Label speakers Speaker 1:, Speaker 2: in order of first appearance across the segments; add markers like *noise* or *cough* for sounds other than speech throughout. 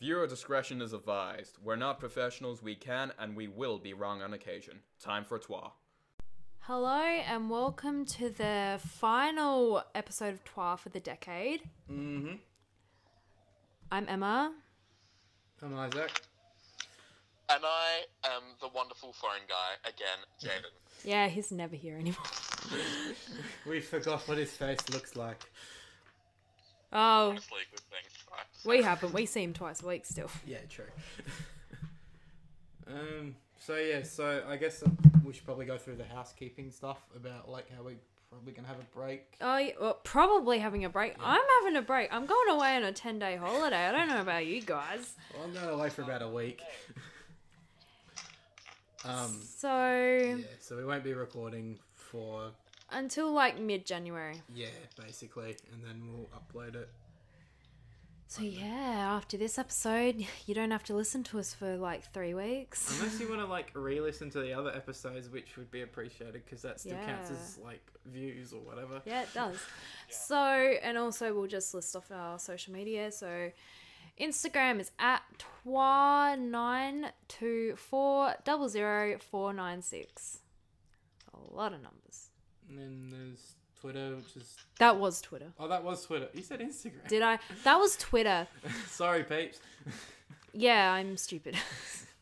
Speaker 1: Viewer discretion is advised. We're not professionals, we can and we will be wrong on occasion. Time for Twa.
Speaker 2: Hello and welcome to the final episode of Twa for the decade. Mm-hmm. I'm Emma.
Speaker 3: I'm Isaac.
Speaker 4: And I am the wonderful phone guy again, Jaden.
Speaker 2: Yeah, he's never here anymore.
Speaker 3: We forgot what his face looks like.
Speaker 2: *laughs* Oh,
Speaker 4: Honestly, good thing. right?
Speaker 2: we haven't. We see him twice a week still.
Speaker 3: Yeah, true. *laughs* um. So yeah. So I guess we should probably go through the housekeeping stuff about like how we probably gonna have a break.
Speaker 2: Oh, yeah, well, probably having a break. I'm having a break. I'm going away on a 10 day holiday. I don't know about you guys.
Speaker 3: Well, I'm going away for about a week. *laughs* um.
Speaker 2: So,
Speaker 3: Yeah. So we won't be recording for
Speaker 2: until like mid January.
Speaker 3: yeah, basically, and then we'll upload it.
Speaker 2: So, yeah, after this episode, you don't have to listen to us for like three weeks.
Speaker 3: Unless you want to like re-listen to the other episodes, which would be appreciated because that still counts
Speaker 2: Yeah.
Speaker 3: as like views or whatever.
Speaker 2: Yeah, it does. So, and also we'll just list off our social media. So, Instagram is at twa nine two four double zero four nine six. A lot of numbers.
Speaker 3: And then there's Twitter, which is
Speaker 2: That was Twitter.
Speaker 3: oh, that was Twitter. You said Instagram.
Speaker 2: Did I? That was Twitter.
Speaker 3: *laughs* Sorry, peeps. *laughs*
Speaker 2: Yeah, I'm stupid. *laughs*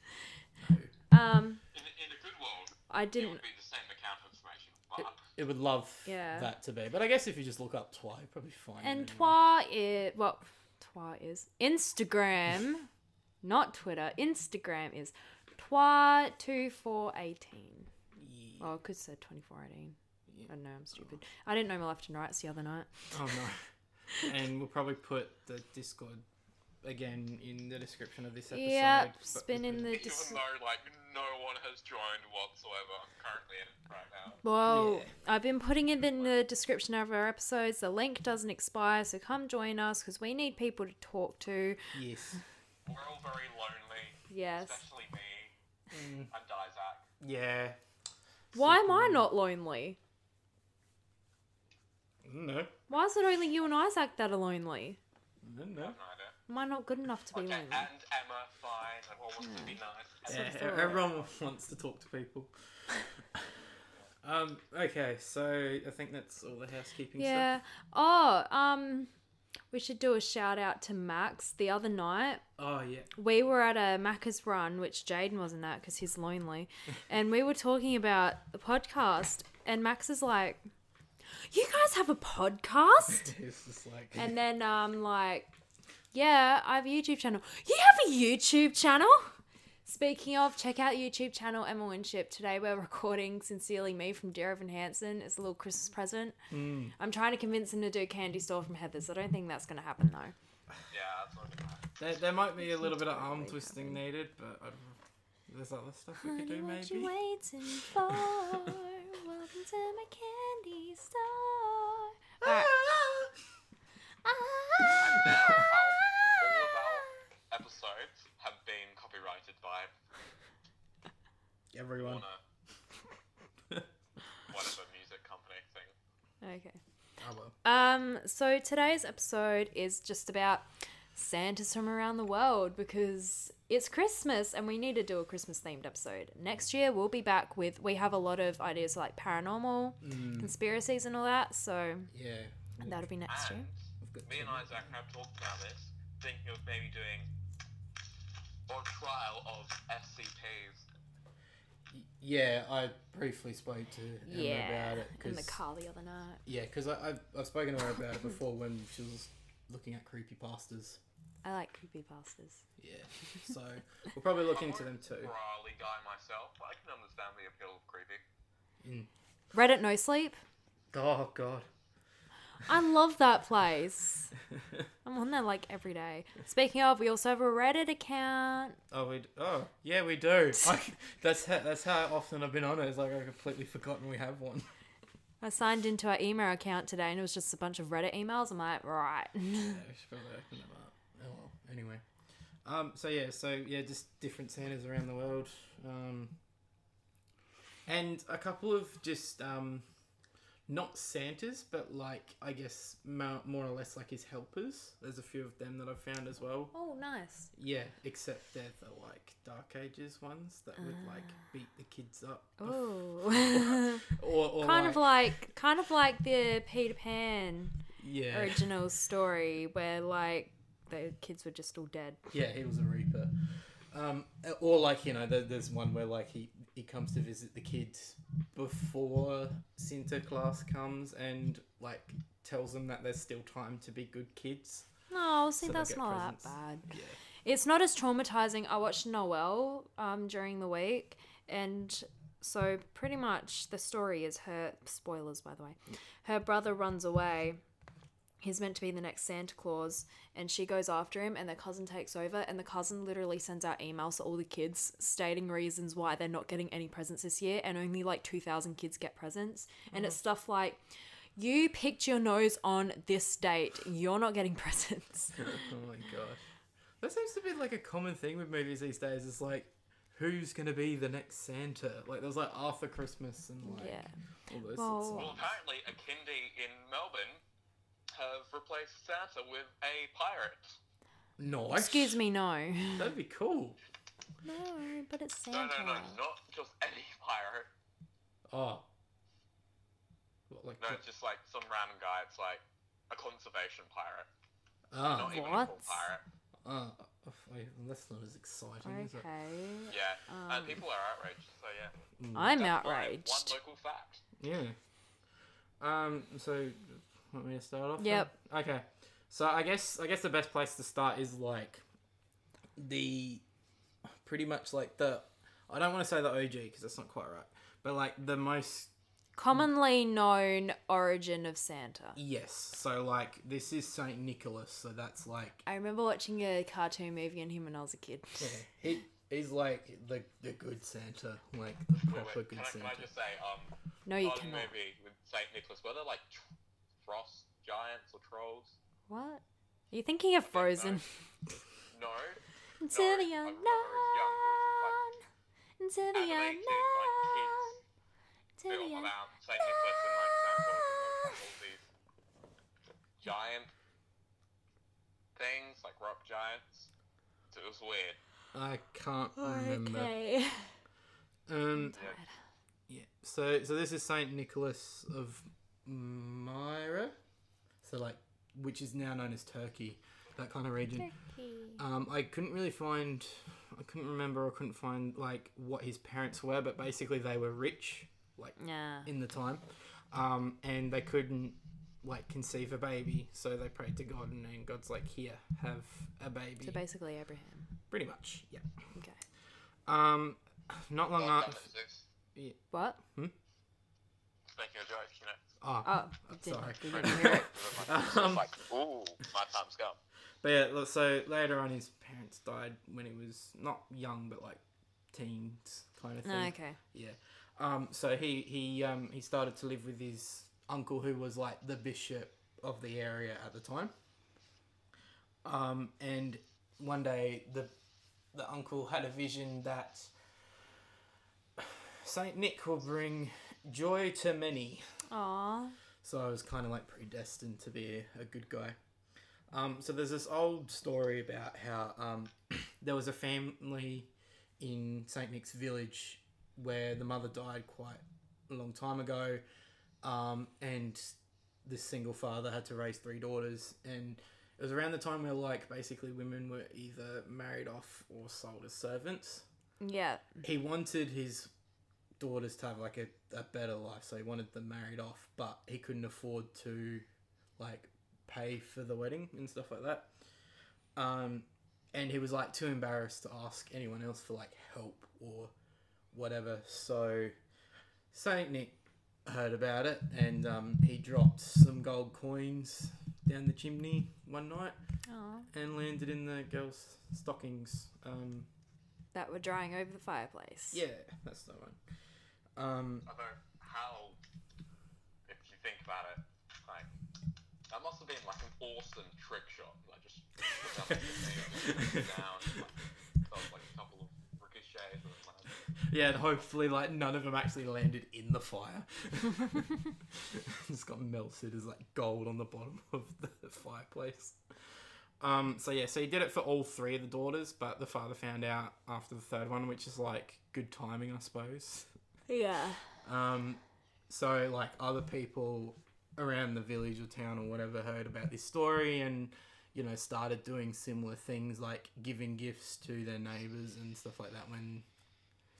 Speaker 3: No.
Speaker 2: um,
Speaker 4: In, in a good world,
Speaker 2: I
Speaker 4: it
Speaker 2: didn't.
Speaker 4: would be the same account of information, but
Speaker 3: It would love
Speaker 2: Yeah.
Speaker 3: that to be. But I guess if you just look up Twi, you probably find it
Speaker 2: And
Speaker 3: anyway.
Speaker 2: twa is well, twa is Instagram, not Twitter. Instagram is twa two four eighteen.
Speaker 3: Yeah.
Speaker 2: Well, I could say 2418. I don't know, I'm stupid. I didn't know my left and rights the other night.
Speaker 3: Oh
Speaker 2: *laughs*
Speaker 3: no. and we'll probably put the Discord again in the description of this episode.
Speaker 2: Yep,
Speaker 3: but
Speaker 2: it's been in the.
Speaker 4: even
Speaker 2: Dis-
Speaker 4: though like no one has joined whatsoever currently in it right now.
Speaker 2: well,
Speaker 3: Yeah.
Speaker 2: I've been putting it in the description of our episodes. The link doesn't expire, so come join us because we need people to talk to.
Speaker 3: Yes.
Speaker 4: We're all very lonely,
Speaker 2: Yes.
Speaker 4: especially me and Isaac.
Speaker 3: Yeah.
Speaker 2: Why am I not lonely?
Speaker 3: Mm, No.
Speaker 2: Why is it only you and Isaac that are lonely?
Speaker 3: No. no.
Speaker 4: Neither.
Speaker 2: Am I not good enough to be
Speaker 4: Okay,
Speaker 2: lonely?
Speaker 4: and Emma, fine. Everyone wants to be nice.
Speaker 3: Yeah, e-
Speaker 2: Sort of thought.
Speaker 3: everyone wants to talk to
Speaker 2: *laughs*
Speaker 3: people. um. Okay. So I think that's all the housekeeping
Speaker 2: Yeah.
Speaker 3: stuff.
Speaker 2: Oh, um, we should do a shout out to Max the other night.
Speaker 3: Oh yeah. *laughs*
Speaker 2: we were at a Macca's run, which Jaden wasn't at because he's lonely, and we were talking about the podcast, and Max is like, "You guys have a podcast?"
Speaker 3: It's just
Speaker 2: *laughs*
Speaker 3: like.
Speaker 2: and then um like, "Yeah, I have a YouTube channel. You have a YouTube channel." Speaking of, check out YouTube channel Emma Winship. Today we're recording Sincerely Me from Dear Evan Hansen. It's a little Christmas present.
Speaker 3: Mm.
Speaker 2: I'm trying to convince him to do Candy Store from Heather's. I don't think that's going to happen though.
Speaker 4: Yeah, that's not bad.
Speaker 3: There, there might be a little bit of arm
Speaker 2: Totally
Speaker 3: twisting
Speaker 2: coming.
Speaker 3: needed, but I don't- there's other stuff we could
Speaker 2: Honey,
Speaker 3: do
Speaker 2: what you
Speaker 3: maybe.
Speaker 2: waiting for? Welcome to my candy store. Ah. Alright.
Speaker 4: Now, our, all of our episodes have been copyrighted by
Speaker 3: *laughs* Everyone.
Speaker 4: Warner, whatever music company thing.
Speaker 2: okay.
Speaker 3: Oh well.
Speaker 2: Um. So today's episode is just about Santas from around the world because it's Christmas and we need to do a Christmas themed episode. Next year we'll be back with we have a lot of ideas like paranormal,
Speaker 3: Mm.
Speaker 2: conspiracies, and all that. So
Speaker 3: Yeah.
Speaker 2: that'll be next year.
Speaker 4: And me and Isaac have talked about this, thinking of maybe doing or trial of SCPs.
Speaker 3: Yeah, I briefly spoke to Emma
Speaker 2: Yeah.
Speaker 3: about it
Speaker 2: In the
Speaker 3: because
Speaker 2: car the other night.
Speaker 3: yeah, because I've I've spoken to her about it before when she was looking at creepy pastas.
Speaker 2: I like creepy
Speaker 3: *laughs*
Speaker 2: pastas.
Speaker 3: Yeah, so we'll probably look
Speaker 4: I'm
Speaker 3: into
Speaker 4: more
Speaker 3: them
Speaker 4: a
Speaker 3: too.
Speaker 4: Brawly guy myself, but I can understand the appeal of creepy.
Speaker 2: Reddit no sleep.
Speaker 3: Oh God.
Speaker 2: I love that
Speaker 3: *laughs*
Speaker 2: place. I'm on there like every day. Speaking of, we also have a Reddit account.
Speaker 3: Oh, we d- oh yeah we do. I, that's how, that's how often I've been on it. It's like I completely forgotten we have one.
Speaker 2: I signed into our email account today and it was just a bunch of Reddit emails. I'm like, right. *laughs*
Speaker 3: Yeah, we should probably open them up. Oh well. Anyway. Um, so yeah, so yeah, just different Santas around the world. Um, and a couple of just um, not Santas, but like I guess mo- more or less like his helpers. There's a few of them that I've found as well.
Speaker 2: Oh, nice.
Speaker 3: Yeah, except they're the like Dark Ages ones that would like beat the kids up.
Speaker 2: *laughs*
Speaker 3: bef-
Speaker 2: Oh.
Speaker 3: or, or
Speaker 2: kind of like kind of like the Peter Pan
Speaker 3: yeah,
Speaker 2: original story where like the kids were just all dead.
Speaker 3: yeah, he was a reaper. Um, or like you know, there, there's one where like he he comes to visit the kids before Santa Claus comes and like tells them that there's still time to be good kids.
Speaker 2: No, see
Speaker 3: So they
Speaker 2: that's
Speaker 3: get
Speaker 2: not
Speaker 3: presents.
Speaker 2: that bad.
Speaker 3: Yeah,
Speaker 2: It's not as traumatizing. I watched Noel um during the week and so pretty much the story is her spoilers by the way. Her brother runs away. He's meant to be the next Santa Claus, and she goes after him, and the cousin takes over, and the cousin literally sends out emails to all the kids stating reasons why they're not getting any presents this year, and only like 2,000 kids get presents. And it's stuff like, you picked your nose on this date, you're not getting *laughs* presents.
Speaker 3: *laughs* oh my gosh, that seems to be like a common thing with movies these days. Is like. Who's gonna be the next Santa? Like there was like Arthur Christmas and like
Speaker 2: yeah.
Speaker 3: all those sorts
Speaker 2: Well-
Speaker 3: of
Speaker 4: Well, apparently, a kindy in Melbourne have replaced Santa with a pirate.
Speaker 3: Nice.
Speaker 2: Excuse me, no.
Speaker 3: That'd be cool.
Speaker 2: *laughs* No, but it's
Speaker 4: No,
Speaker 2: Santa.
Speaker 4: no, no, not just any *laughs* pirate.
Speaker 3: Oh. What, like
Speaker 4: No, it's just like some random guy. It's like a conservation pirate,
Speaker 3: ah,
Speaker 4: not even a
Speaker 2: What?
Speaker 4: cool pirate.
Speaker 3: ah, oh, wait, that's not as exciting, is it?
Speaker 2: Okay.
Speaker 4: Yeah, and
Speaker 2: Um,
Speaker 4: people are outraged. So yeah,
Speaker 2: I'm
Speaker 4: That's my One
Speaker 2: outraged.
Speaker 4: local fact.
Speaker 3: Yeah. Um. So, want me to start off? then?
Speaker 2: Yep.
Speaker 3: Okay. So I guess I guess the best place to start is like the pretty much like the I don't want to say the OG because that's not quite right, but like the most
Speaker 2: Commonly known origin of Santa.
Speaker 3: yes. So like this is Saint Nicholas, so that's like
Speaker 2: I remember watching a cartoon movie on him when I was a
Speaker 4: *laughs*
Speaker 2: kid.
Speaker 3: yeah, he he's like the the good Santa, like the
Speaker 4: Wait,
Speaker 3: proper good
Speaker 4: wait, can, I, can
Speaker 3: Santa.
Speaker 4: I just say, um,
Speaker 2: No, Oh, you
Speaker 4: on the
Speaker 2: cannot.
Speaker 4: movie with Saint Nicholas, were there like tr- frost giants or trolls?
Speaker 2: What? Are you thinking of Frozen?
Speaker 4: No.
Speaker 2: Into
Speaker 4: No,
Speaker 2: the
Speaker 4: I
Speaker 2: unknown.
Speaker 4: remember it
Speaker 2: Into the
Speaker 4: Animated, like,
Speaker 2: unknown.
Speaker 4: kids
Speaker 2: Into the
Speaker 4: film
Speaker 2: unknown.
Speaker 4: about Saint Nicholas and like Santa Claus and like, all these giant things, like rock giants. So it was weird.
Speaker 3: I can't remember.
Speaker 2: Oh, Okay.
Speaker 3: Um,
Speaker 4: Yeah.
Speaker 3: yeah. So, so this is Saint Nicholas of Myra, so like, which is now known as Turkey, that kind of region. Um, I couldn't really find, I couldn't remember, I couldn't find like what his parents were, but basically they were rich, like
Speaker 2: Yeah.
Speaker 3: in the time, um, and they couldn't like conceive a baby, so they prayed to God, and then God's like, here, have a baby,
Speaker 2: So basically Abraham.
Speaker 3: pretty much, yeah.
Speaker 2: Okay.
Speaker 3: Um, not long
Speaker 4: Well,
Speaker 3: after.
Speaker 4: that was just
Speaker 2: What?
Speaker 4: Making a joke, you know.
Speaker 3: *laughs* Oh,
Speaker 2: Oh, we didn't,
Speaker 3: sorry.
Speaker 2: we didn't hear it.
Speaker 4: It's like, ooh, my time's gone.
Speaker 3: But yeah, look, so later on, his parents died when he was not young, but like teens kind of thing.
Speaker 2: No, okay.
Speaker 3: Yeah. Um. So he he um he started to live with his uncle, who was like the bishop of the area at the time. Um. And one day, the the uncle had a vision that Saint Nick will bring joy to many.
Speaker 2: Aw.
Speaker 3: So I was kind of like predestined to be a good guy. Um, so there's this old story about how um, *clears throat* there was a family in St. Nick's village where the mother died quite a long time ago, um, and this single father had to raise three daughters. And it was around the time where, like, basically women were either married off or sold as servants
Speaker 2: Yeah.
Speaker 3: he wanted his daughters to have like a, a better life so he wanted them married off but he couldn't afford to like pay for the wedding and stuff like that um and he was like too embarrassed to ask anyone else for like help or whatever so saint nick heard about it and um, he dropped some gold coins down the chimney one night
Speaker 2: Aw.
Speaker 3: and landed in the girl's stockings um
Speaker 2: That were drying over the fireplace.
Speaker 3: yeah *laughs* that's the one um
Speaker 4: Although, how, if you think about it, like, that must have been like an awesome trick shot. Like, just
Speaker 2: *laughs*
Speaker 4: put down, like, down, like, felt like a couple of ricochets. And, like,
Speaker 3: Yeah, and hopefully, like none of them actually landed in the fire. Just got melted as like gold on the bottom *laughs* of the fireplace. Um, so yeah, so he did it for all three of the daughters, but the father found out after the third one, which is like good timing, I suppose.
Speaker 2: Yeah.
Speaker 3: Um, so like other people around the village or town or whatever heard about this story and you know started doing similar things like giving gifts to their neighbors and stuff like that when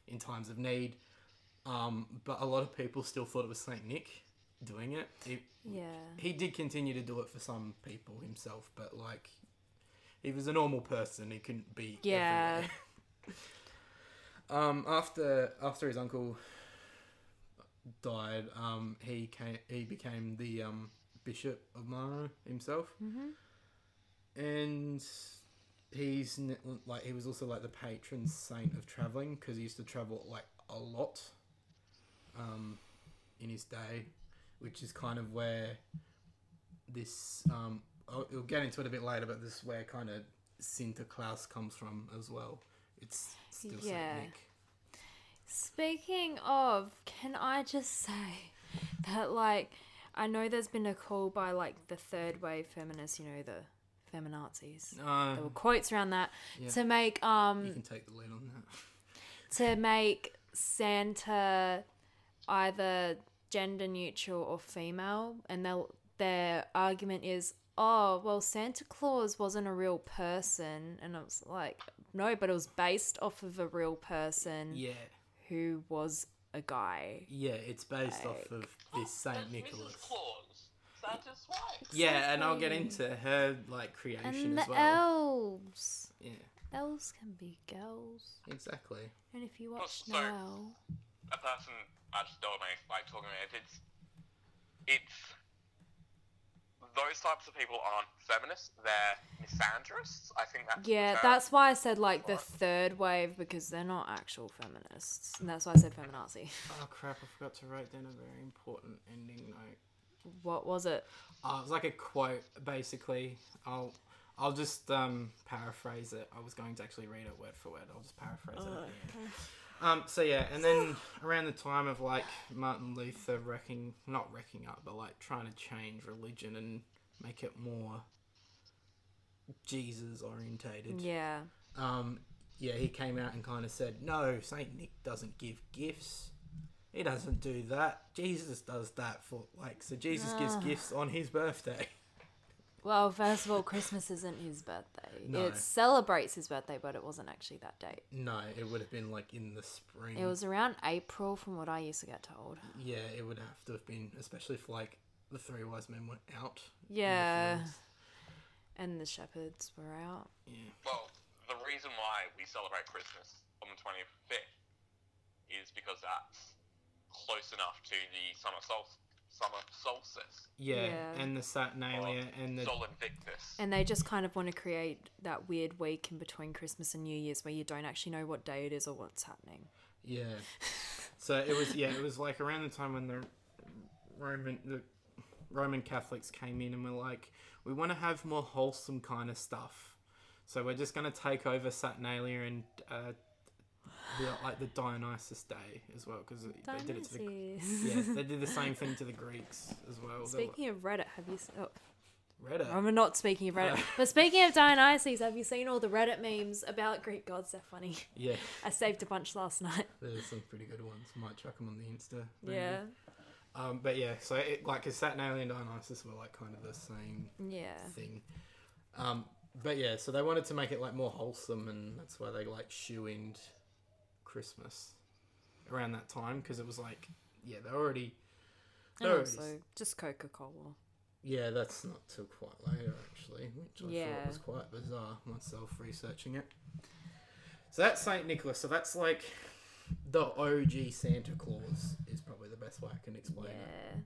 Speaker 3: in times of need. Um, but a lot of people still thought it was Saint Nick doing it. He,
Speaker 2: Yeah.
Speaker 3: he did continue to do it for some people himself, but like he was a normal person. He couldn't be
Speaker 2: Yeah.
Speaker 3: everywhere. um, after after his uncle died, um, he came, he became the um, bishop of Mara himself, and he's n- like he was also like the patron saint of traveling because he used to travel like a lot um, in his day, which is kind of where this um, I'll- we'll get into it a bit later, but this is where kind of Sinterklaas comes from as well. It's still
Speaker 2: Yeah.
Speaker 3: Saint Nick.
Speaker 2: Speaking of, can I just *laughs* say that, like, I know there's been a call by, like, the third wave feminists, you know, the feminazis. There were
Speaker 3: No,
Speaker 2: quotes around that
Speaker 3: Yeah.
Speaker 2: to make
Speaker 3: Uh, you
Speaker 2: um
Speaker 3: can take the lead on that.
Speaker 2: to make Santa either gender neutral or female, and their their argument is, oh well, Santa Claus wasn't a real person, and I was like, no, but it was based off of a real person
Speaker 3: Yeah,
Speaker 2: who was a guy.
Speaker 3: yeah, it's based off of this Saint
Speaker 4: That's
Speaker 3: Nicholas.
Speaker 4: Mrs. Claus. Santa's wife.
Speaker 3: Yeah, and I'll get into
Speaker 2: Exactly.
Speaker 3: her like creation
Speaker 2: And
Speaker 3: as
Speaker 2: the
Speaker 3: well.
Speaker 2: elves.
Speaker 3: Yeah,
Speaker 2: Elves can be girls.
Speaker 3: exactly.
Speaker 2: And if you watch
Speaker 4: sorry.
Speaker 2: now,
Speaker 4: a person I just don't know like talking about it, it's it's those types of people aren't feminists, they're misandrists. I think that's the
Speaker 2: yeah,
Speaker 4: term.
Speaker 2: that's why I said like the third wave because they're not actual feminists, and that's why I said feminazi. *laughs*
Speaker 3: Oh crap! I forgot to write down a very important ending note.
Speaker 2: What was it?
Speaker 3: Uh, it was like a quote, basically. I'll I'll just um, paraphrase it. I was going to actually read it word for word. I'll just paraphrase it. at the end. Um, so yeah, and then around the time of like Martin Luther wrecking, not wrecking up, but like trying to change religion and make it more Jesus orientated.
Speaker 2: Yeah,
Speaker 3: Um, yeah, he came out and kind of said, "No, Saint Nick doesn't give gifts. He doesn't do that. Jesus does that for like so. Jesus gives gifts on his birthday."
Speaker 2: Well, first of all, Christmas isn't his birthday.
Speaker 3: No.
Speaker 2: It celebrates his birthday, but it wasn't actually that date.
Speaker 3: No, it would have been like in the spring.
Speaker 2: It was around April, from what I used to get told.
Speaker 3: Yeah, it would have to have been, especially if like the three wise men were out. in the
Speaker 2: Yeah.
Speaker 3: fields.
Speaker 2: And the shepherds were out.
Speaker 3: Yeah.
Speaker 4: Well, the reason why we celebrate Christmas on the twenty fifth is because that's close enough to the summer sol- summer solstice.
Speaker 3: yeah.
Speaker 2: Yeah.
Speaker 3: and the Saturnalia and the
Speaker 4: Sol Invictus.
Speaker 2: And they just kind of want to create that weird week in between Christmas and New Year's where you don't actually know what day it is or what's happening.
Speaker 3: yeah.
Speaker 2: *laughs*
Speaker 3: So it was yeah, it was like around the time when the Roman the Roman Catholics came in and were like, we want to have more wholesome kind of stuff. So we're just gonna take over Saturnalia and uh, the, like the Dionysus Day as well because they did it to the yeah
Speaker 2: Dionysus.
Speaker 3: they did the same thing to the Greeks as well. They
Speaker 2: *laughs*
Speaker 3: were-
Speaker 2: Speaking of Reddit, have you? s- Oh, *laughs*
Speaker 3: Reddit.
Speaker 2: I'm not speaking of Reddit, *laughs*
Speaker 3: Oh.
Speaker 2: but speaking of Dionysus, have you seen all the Reddit memes about Greek gods? They're funny. *laughs*
Speaker 3: Yeah,
Speaker 2: I saved a bunch last
Speaker 3: *laughs*
Speaker 2: night.
Speaker 3: there's some pretty good ones. Might chuck them on the Insta. maybe.
Speaker 2: Yeah,
Speaker 3: Um, but yeah, so it, like, his Saturnalia and Dionysus were like kind of the same
Speaker 2: yeah.
Speaker 3: thing. Um, but yeah, so they wanted to make it like more wholesome, and that's why they like shoe-inned Christmas around that time because it was like, yeah, they already.
Speaker 2: And
Speaker 3: There it
Speaker 2: also, just Coca Cola.
Speaker 3: Yeah, that's not till quite later actually, which I thought
Speaker 2: Yeah.
Speaker 3: was quite bizarre myself researching it. So that's Saint Nicholas. So that's like the OG Santa Claus is probably the best way I can explain
Speaker 2: Yeah.
Speaker 3: it.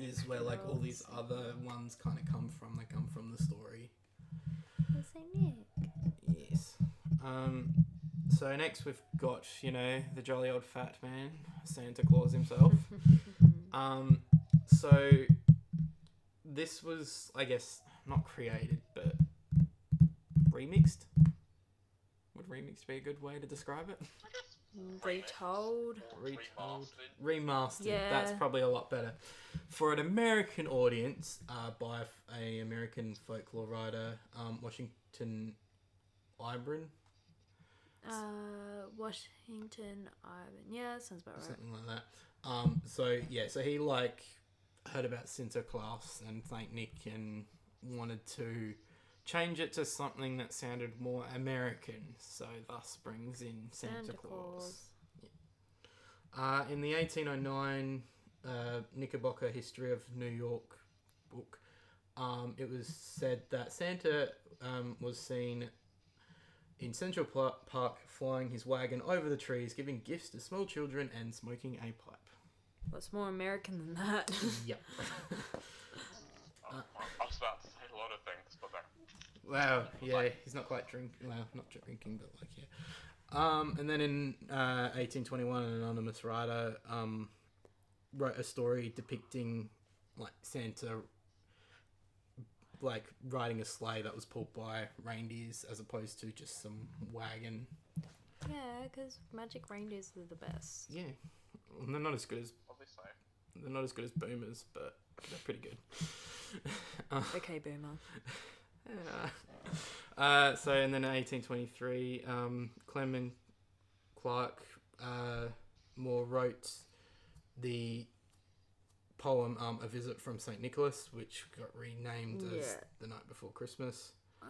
Speaker 3: is where like all these other ones kind of come from. They come from the story. Yes. Um. So next we've got you know the jolly old fat man Santa Claus himself. um. So this was I guess not created but remixed. Would remixed be a good way to describe it?
Speaker 4: I guess
Speaker 2: Retold.
Speaker 3: Retold.
Speaker 4: Remastered.
Speaker 3: Remastered. That's
Speaker 2: Yeah.
Speaker 3: probably a lot better. For an American audience, uh, by f- a American folklore writer, um, Washington Ibron,
Speaker 2: Uh, Washington Ivan. Yeah, sounds about right.
Speaker 3: something like that. Um, so yeah, so he like heard about Sinterklaas and Saint Nick and wanted to change it to something that sounded more American. So thus brings in Santa,
Speaker 2: Santa
Speaker 3: Claus.
Speaker 2: Claus.
Speaker 3: Uh, in the 1809 uh, Knickerbocker History of New York book, um, it was said that Santa um, was seen in Central Pla- Park flying his wagon over the trees, giving gifts to small children and smoking a pipe.
Speaker 2: What's more American than that? *laughs*
Speaker 3: Yep. *laughs*
Speaker 4: Oh, I was about to say a lot of things, but that
Speaker 3: wow. Yeah, he's not quite drinking. Well, not drinking, but like yeah. Um, and then in uh, 1821, an anonymous writer um, wrote a story depicting like Santa like riding a sleigh that was pulled by reindeers as opposed to just some wagon.
Speaker 2: yeah, because magic reindeers are the best.
Speaker 3: Yeah, And they're not as good as
Speaker 4: obviously.
Speaker 3: they're not as good as boomers, but they're pretty good. *laughs*
Speaker 2: Okay, boomer.
Speaker 3: *laughs* Uh, so, and then in 1823, um, Clement Clark uh, Moore wrote the poem um, A Visit from St. Nicholas, which got renamed as
Speaker 2: Yeah.
Speaker 3: The Night Before Christmas.
Speaker 2: Oh.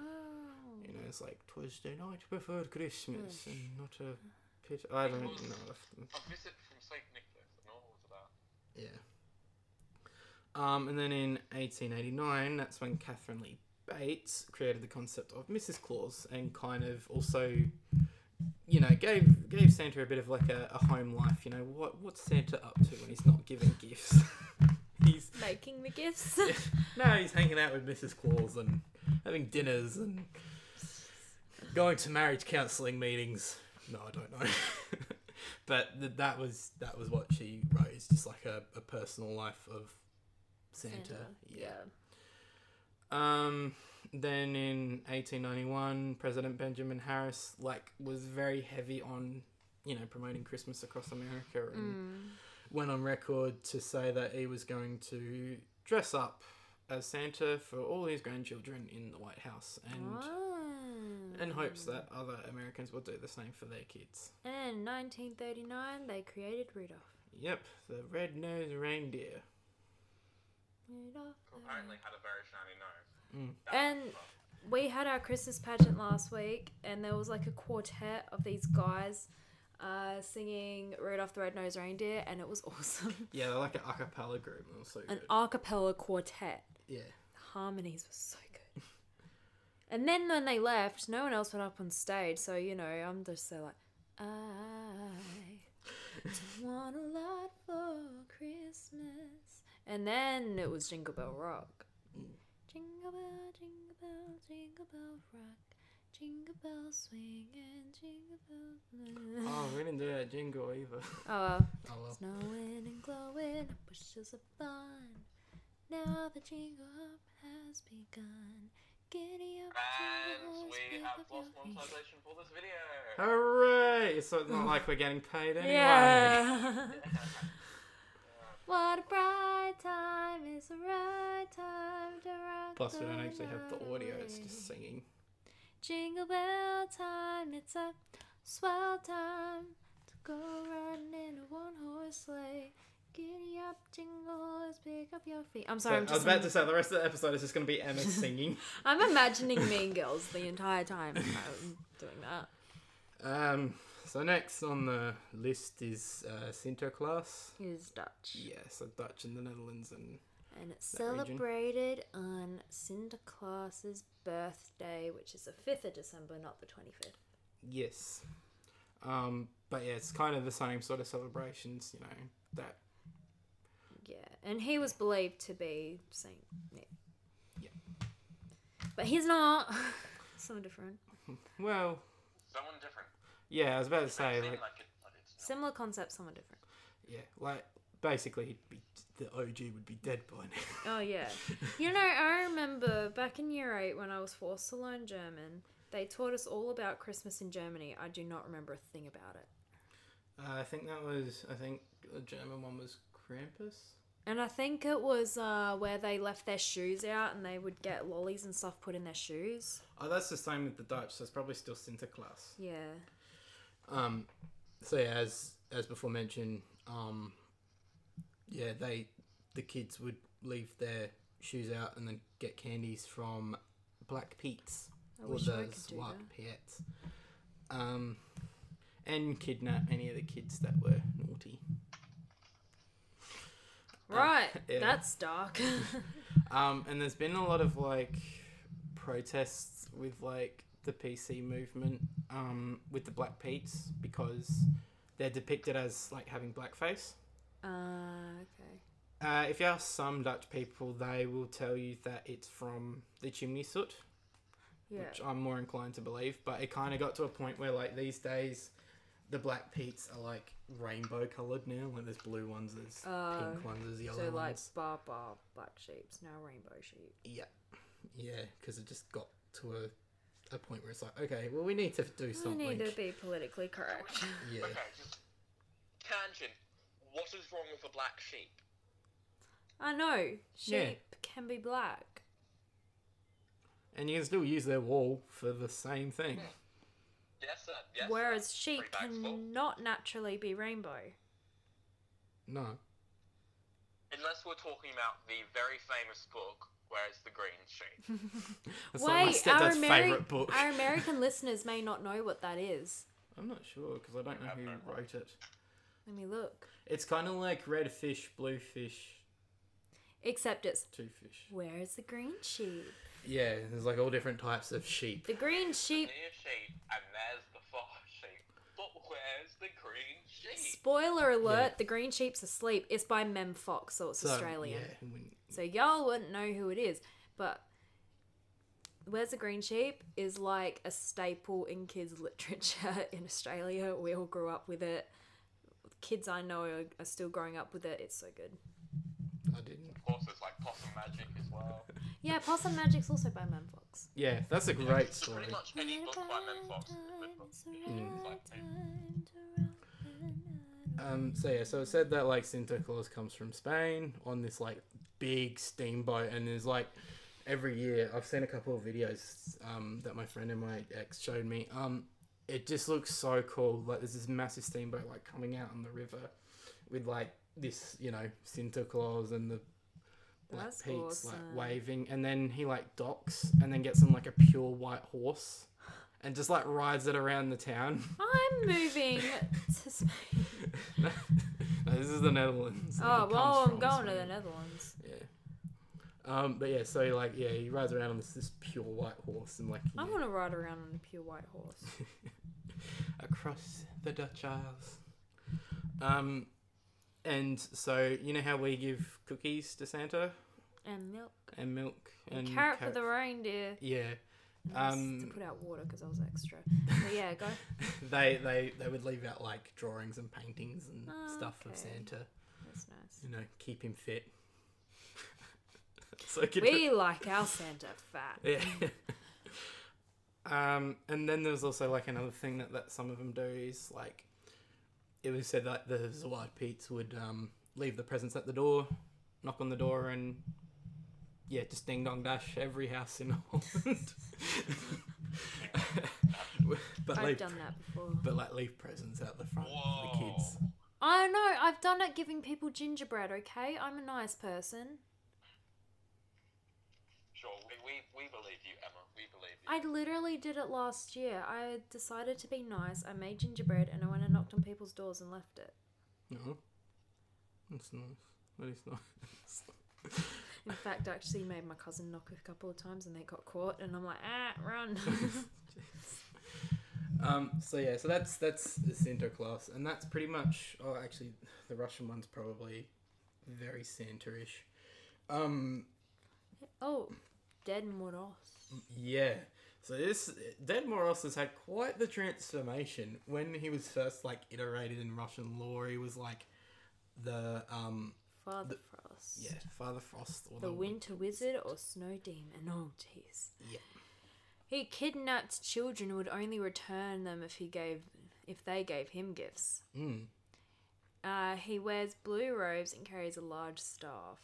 Speaker 3: You know, it's like, 'Twas the night before Christmas, and not a pit. I don't know. if-
Speaker 4: A visit from St. Nicholas and all of that.
Speaker 3: Yeah. Um, and then in 1889, that's when Catherine Lee Bates created the concept of Mrs. Claus and kind of also, you know, gave gave Santa a bit of like a, a home life. You know, what what's Santa up to when he's not giving gifts? *laughs* he's
Speaker 2: Making the *laughs* gifts.
Speaker 3: no, he's hanging out with Mrs. Claus and having dinners and going to marriage counselling meetings. No, I don't know. *laughs* but th- that was that was what she wrote. It's just like a, a personal life of Santa. Yeah. Um. Then in 1891, President Benjamin Harris like was very heavy on you know promoting Christmas across America and went on record to say that he was going to dress up as Santa for all his grandchildren in the White House and
Speaker 2: Ah.
Speaker 3: in hopes that other Americans will do the same for their kids.
Speaker 2: And in 1939, they created Rudolph.
Speaker 3: Yep, the red-nosed reindeer.
Speaker 2: Rudolph.
Speaker 4: Who apparently had a very shiny nose.
Speaker 2: And we had our Christmas pageant last week, and there was like a quartet of these guys uh, singing Rudolph the Red-Nosed Reindeer, and it was *laughs* awesome.
Speaker 3: Yeah, they're like an a cappella group. and It was so
Speaker 2: An
Speaker 3: good.
Speaker 2: a cappella quartet.
Speaker 3: Yeah.
Speaker 2: The harmonies were so good. *laughs* and then when they left, no one else went up on stage, so you know, I'm just so like, I don't want a lot for Christmas. And then it was Jingle Bell Rock. Jingle bell, jingle bell, jingle bell rock. Jingle bell swing and jingle bell.
Speaker 3: Oh, we didn't do that jingle either.
Speaker 2: Oh, well.
Speaker 3: Oh well.
Speaker 2: Snowing and glowing, bushes of fun. Now the jingle hop has begun. Giddy up,
Speaker 4: And
Speaker 2: jingle horse,
Speaker 4: we
Speaker 2: pick
Speaker 4: have
Speaker 2: up
Speaker 4: lost
Speaker 2: your feet.
Speaker 4: monetization for this video.
Speaker 3: Hooray! So it's not like we're getting paid anyway.
Speaker 2: Yeah. *laughs* what a bright time is the right time to rock.
Speaker 3: Plus, we
Speaker 2: the
Speaker 3: don't actually have the
Speaker 2: night
Speaker 3: audio; it's
Speaker 2: away.
Speaker 3: just singing.
Speaker 2: Jingle bell time, it's a swell time to go riding in a one horse sleigh. Giddy up, jingle horse, pick up your feet. I'm sorry,
Speaker 3: So
Speaker 2: I'm
Speaker 3: I
Speaker 2: just.
Speaker 3: was about to say the rest of the episode is just going to be
Speaker 2: *laughs*
Speaker 3: Emma singing.
Speaker 2: I'm imagining Mean Girls the entire time if I was doing that.
Speaker 3: Um, so next on the list is uh, Sinterklaas.
Speaker 2: Is Dutch.
Speaker 3: Yeah, so Dutch in the Netherlands, and
Speaker 2: And it's
Speaker 3: That region.
Speaker 2: celebrated on Sinterklaas's birthday, which is the 5th of December, not the 25th.
Speaker 3: yes, um, but yeah, it's kind of the same sort of celebrations, you know. That
Speaker 2: Yeah. And he was believed to be Saint Nick.
Speaker 3: Yeah.
Speaker 2: But he's not. *laughs* Someone different.
Speaker 3: well,
Speaker 4: Someone different.
Speaker 3: yeah, I was about to say
Speaker 4: Seemed
Speaker 3: like
Speaker 4: like it, but it's not.
Speaker 2: Similar concept, someone different.
Speaker 3: yeah, like basically he'd be the OG would be dead by now.
Speaker 2: Oh
Speaker 3: *laughs*
Speaker 2: yeah. You know, I remember back in year eight when I was forced to learn German, they taught us all about Christmas in Germany. I do not remember a thing about it.
Speaker 3: Uh, I think that was. I think the German one was Krampus.
Speaker 2: And I think it was uh, where they left their shoes out and they would get lollies and stuff put in their shoes.
Speaker 3: Oh, that's the same with the Dutch. So it's probably still Sinterklaas.
Speaker 2: Yeah.
Speaker 3: Um, so yeah, as as before mentioned, um, yeah, they the kids would leave their shoes out and then get candies from Black Pete's
Speaker 2: I
Speaker 3: or
Speaker 2: wish I
Speaker 3: the
Speaker 2: could do
Speaker 3: Swart
Speaker 2: that.
Speaker 3: Piets, um, and kidnap any of the kids that were naughty.
Speaker 2: Right.
Speaker 3: *laughs* yeah.
Speaker 2: That's dark. *laughs*
Speaker 3: Um, and there's been a lot of like protests with like the PC movement um, with the Black Pete's because they're depicted as like having blackface.
Speaker 2: uh, okay.
Speaker 3: Uh, if you ask some Dutch people, they will tell you that it's from the chimney soot,
Speaker 2: Yeah.
Speaker 3: which I'm more inclined to believe. But it kind of got to a point where, like these days, the black peats are like rainbow coloured now. Like there's blue ones, there's
Speaker 2: Oh,
Speaker 3: pink ones, there's yellow
Speaker 2: So like
Speaker 3: ones.
Speaker 2: bar bar black sheep's now rainbow sheep.
Speaker 3: Yeah, yeah, because it just got to a, a point where it's like, okay, well we need to do
Speaker 2: I
Speaker 3: something.
Speaker 2: need to be politically correct. *laughs*
Speaker 3: Yeah,
Speaker 4: Okay, just tangent. What is wrong with a black sheep?
Speaker 2: I know sheep
Speaker 3: Yeah.
Speaker 2: can be black.
Speaker 3: and you can still use their wool for the same thing.
Speaker 4: Yes, sir. Yes. sir.
Speaker 2: Whereas sheep
Speaker 4: Three bags full.
Speaker 2: cannot naturally be rainbow.
Speaker 3: No,
Speaker 4: Unless we're talking about the very famous book, Where's the Green
Speaker 2: *laughs*
Speaker 4: Sheep?
Speaker 3: that's like my
Speaker 2: Wait, our,
Speaker 3: stepdad's
Speaker 2: Ameri-
Speaker 3: favourite book. *laughs*
Speaker 2: our American listeners may not know what that is.
Speaker 3: I'm not sure because I don't know who wrote it.
Speaker 2: Let me look.
Speaker 3: It's kind of like red fish, blue fish,
Speaker 2: Except it's
Speaker 3: two fish.
Speaker 2: where is the green sheep?
Speaker 3: Yeah, there's like all different types of sheep.
Speaker 2: The green sheep.
Speaker 4: Near sheep, and there's the far sheep. But where's the green sheep?
Speaker 2: Spoiler alert:
Speaker 3: Yeah.
Speaker 2: The green sheep's asleep. It's by Mem Fox, so it's
Speaker 3: So,
Speaker 2: Australian.
Speaker 3: Yeah, when,
Speaker 2: So y'all wouldn't know who it is, but Where's the Green Sheep is like a staple in kids' *laughs* literature in Australia. We all grew up with it. Kids I know are, are still growing up with it. It's so good.
Speaker 3: I didn't.
Speaker 4: Of course, there's like possum magic as well.
Speaker 2: Yeah, Possum Magic's also by Mem Fox.
Speaker 3: Yeah, that's a great story.
Speaker 4: Pretty much any book by Mem Fox is a good book. It's like,
Speaker 3: Um, so yeah, so it said that like Santa Claus comes from Spain on this like big steamboat, and there's like every year I've seen a couple of videos um, that my friend and my ex showed me. Um, it just looks so cool. Like there's this massive steamboat like coming out on the river with like this, you know, Santa Claus and the black
Speaker 2: That's
Speaker 3: peaks
Speaker 2: awesome.
Speaker 3: like waving, and then he like docks and then gets on like a pure white horse. And just like rides it around the town. *laughs*
Speaker 2: I'm moving to Spain.
Speaker 3: no, this is the Netherlands. like,
Speaker 2: Oh,
Speaker 3: it comes
Speaker 2: well, I'm
Speaker 3: from
Speaker 2: going to
Speaker 3: Spain.
Speaker 2: the Netherlands.
Speaker 3: Yeah. Um, but yeah, so like, yeah, he rides around on this, this pure white horse and like
Speaker 2: I
Speaker 3: yeah,
Speaker 2: want to ride around on a pure white horse.
Speaker 3: across the Dutch Isles. Um, and so you know how we give cookies to Santa
Speaker 2: And milk.
Speaker 3: and milk
Speaker 2: And
Speaker 3: and
Speaker 2: carrot for the
Speaker 3: carrot-
Speaker 2: reindeer.
Speaker 3: Yeah.
Speaker 2: Just
Speaker 3: Um,
Speaker 2: to put out water because I was extra. But yeah,
Speaker 3: *laughs*
Speaker 2: go.
Speaker 3: they they they would leave out like drawings and paintings and
Speaker 2: Oh,
Speaker 3: stuff of
Speaker 2: okay.
Speaker 3: Santa.
Speaker 2: That's nice.
Speaker 3: You know, keep him fit. *laughs* so I could
Speaker 2: We like our Santa fat.
Speaker 3: Yeah. *laughs* um, and then there's also like another thing that, that some of them do is like it was said that the Zawad Pete's would um, leave the presents at the door, knock on the door, and yeah, just ding dong dash every house in Holland. *laughs* but
Speaker 2: I've
Speaker 3: leave,
Speaker 2: done that before.
Speaker 3: but like leave presents out the front for the
Speaker 4: Whoa.
Speaker 3: kids.
Speaker 2: I know, I've done it giving people gingerbread, okay? I'm a nice person.
Speaker 4: Sure, we, we, we believe you, Emma. We believe you.
Speaker 2: I literally did it last year. I decided to be nice. I made gingerbread and I went and knocked on people's doors and left it
Speaker 3: No, that's nice. That is nice.
Speaker 2: In fact, I actually made my cousin knock a couple of times and they got caught, and I'm like, ah, *laughs* run.
Speaker 3: Um, so yeah, so that's that's the Santa class, and that's pretty much. Oh, actually, the Russian one's probably very Santa-ish. Um,
Speaker 2: oh, dead Moros.
Speaker 3: yeah. So this Dead Moros has had quite the transformation. When he was first like iterated in Russian lore, he was like the um
Speaker 2: Father Frost.
Speaker 3: yeah Father Frost or
Speaker 2: The Winter Wizard or Snow Demon. Oh, jeez.
Speaker 3: Yeah.
Speaker 2: He kidnapped children and would only return them if he gave if they gave him gifts.
Speaker 3: Mm.
Speaker 2: Uh, he wears blue robes and carries a large staff.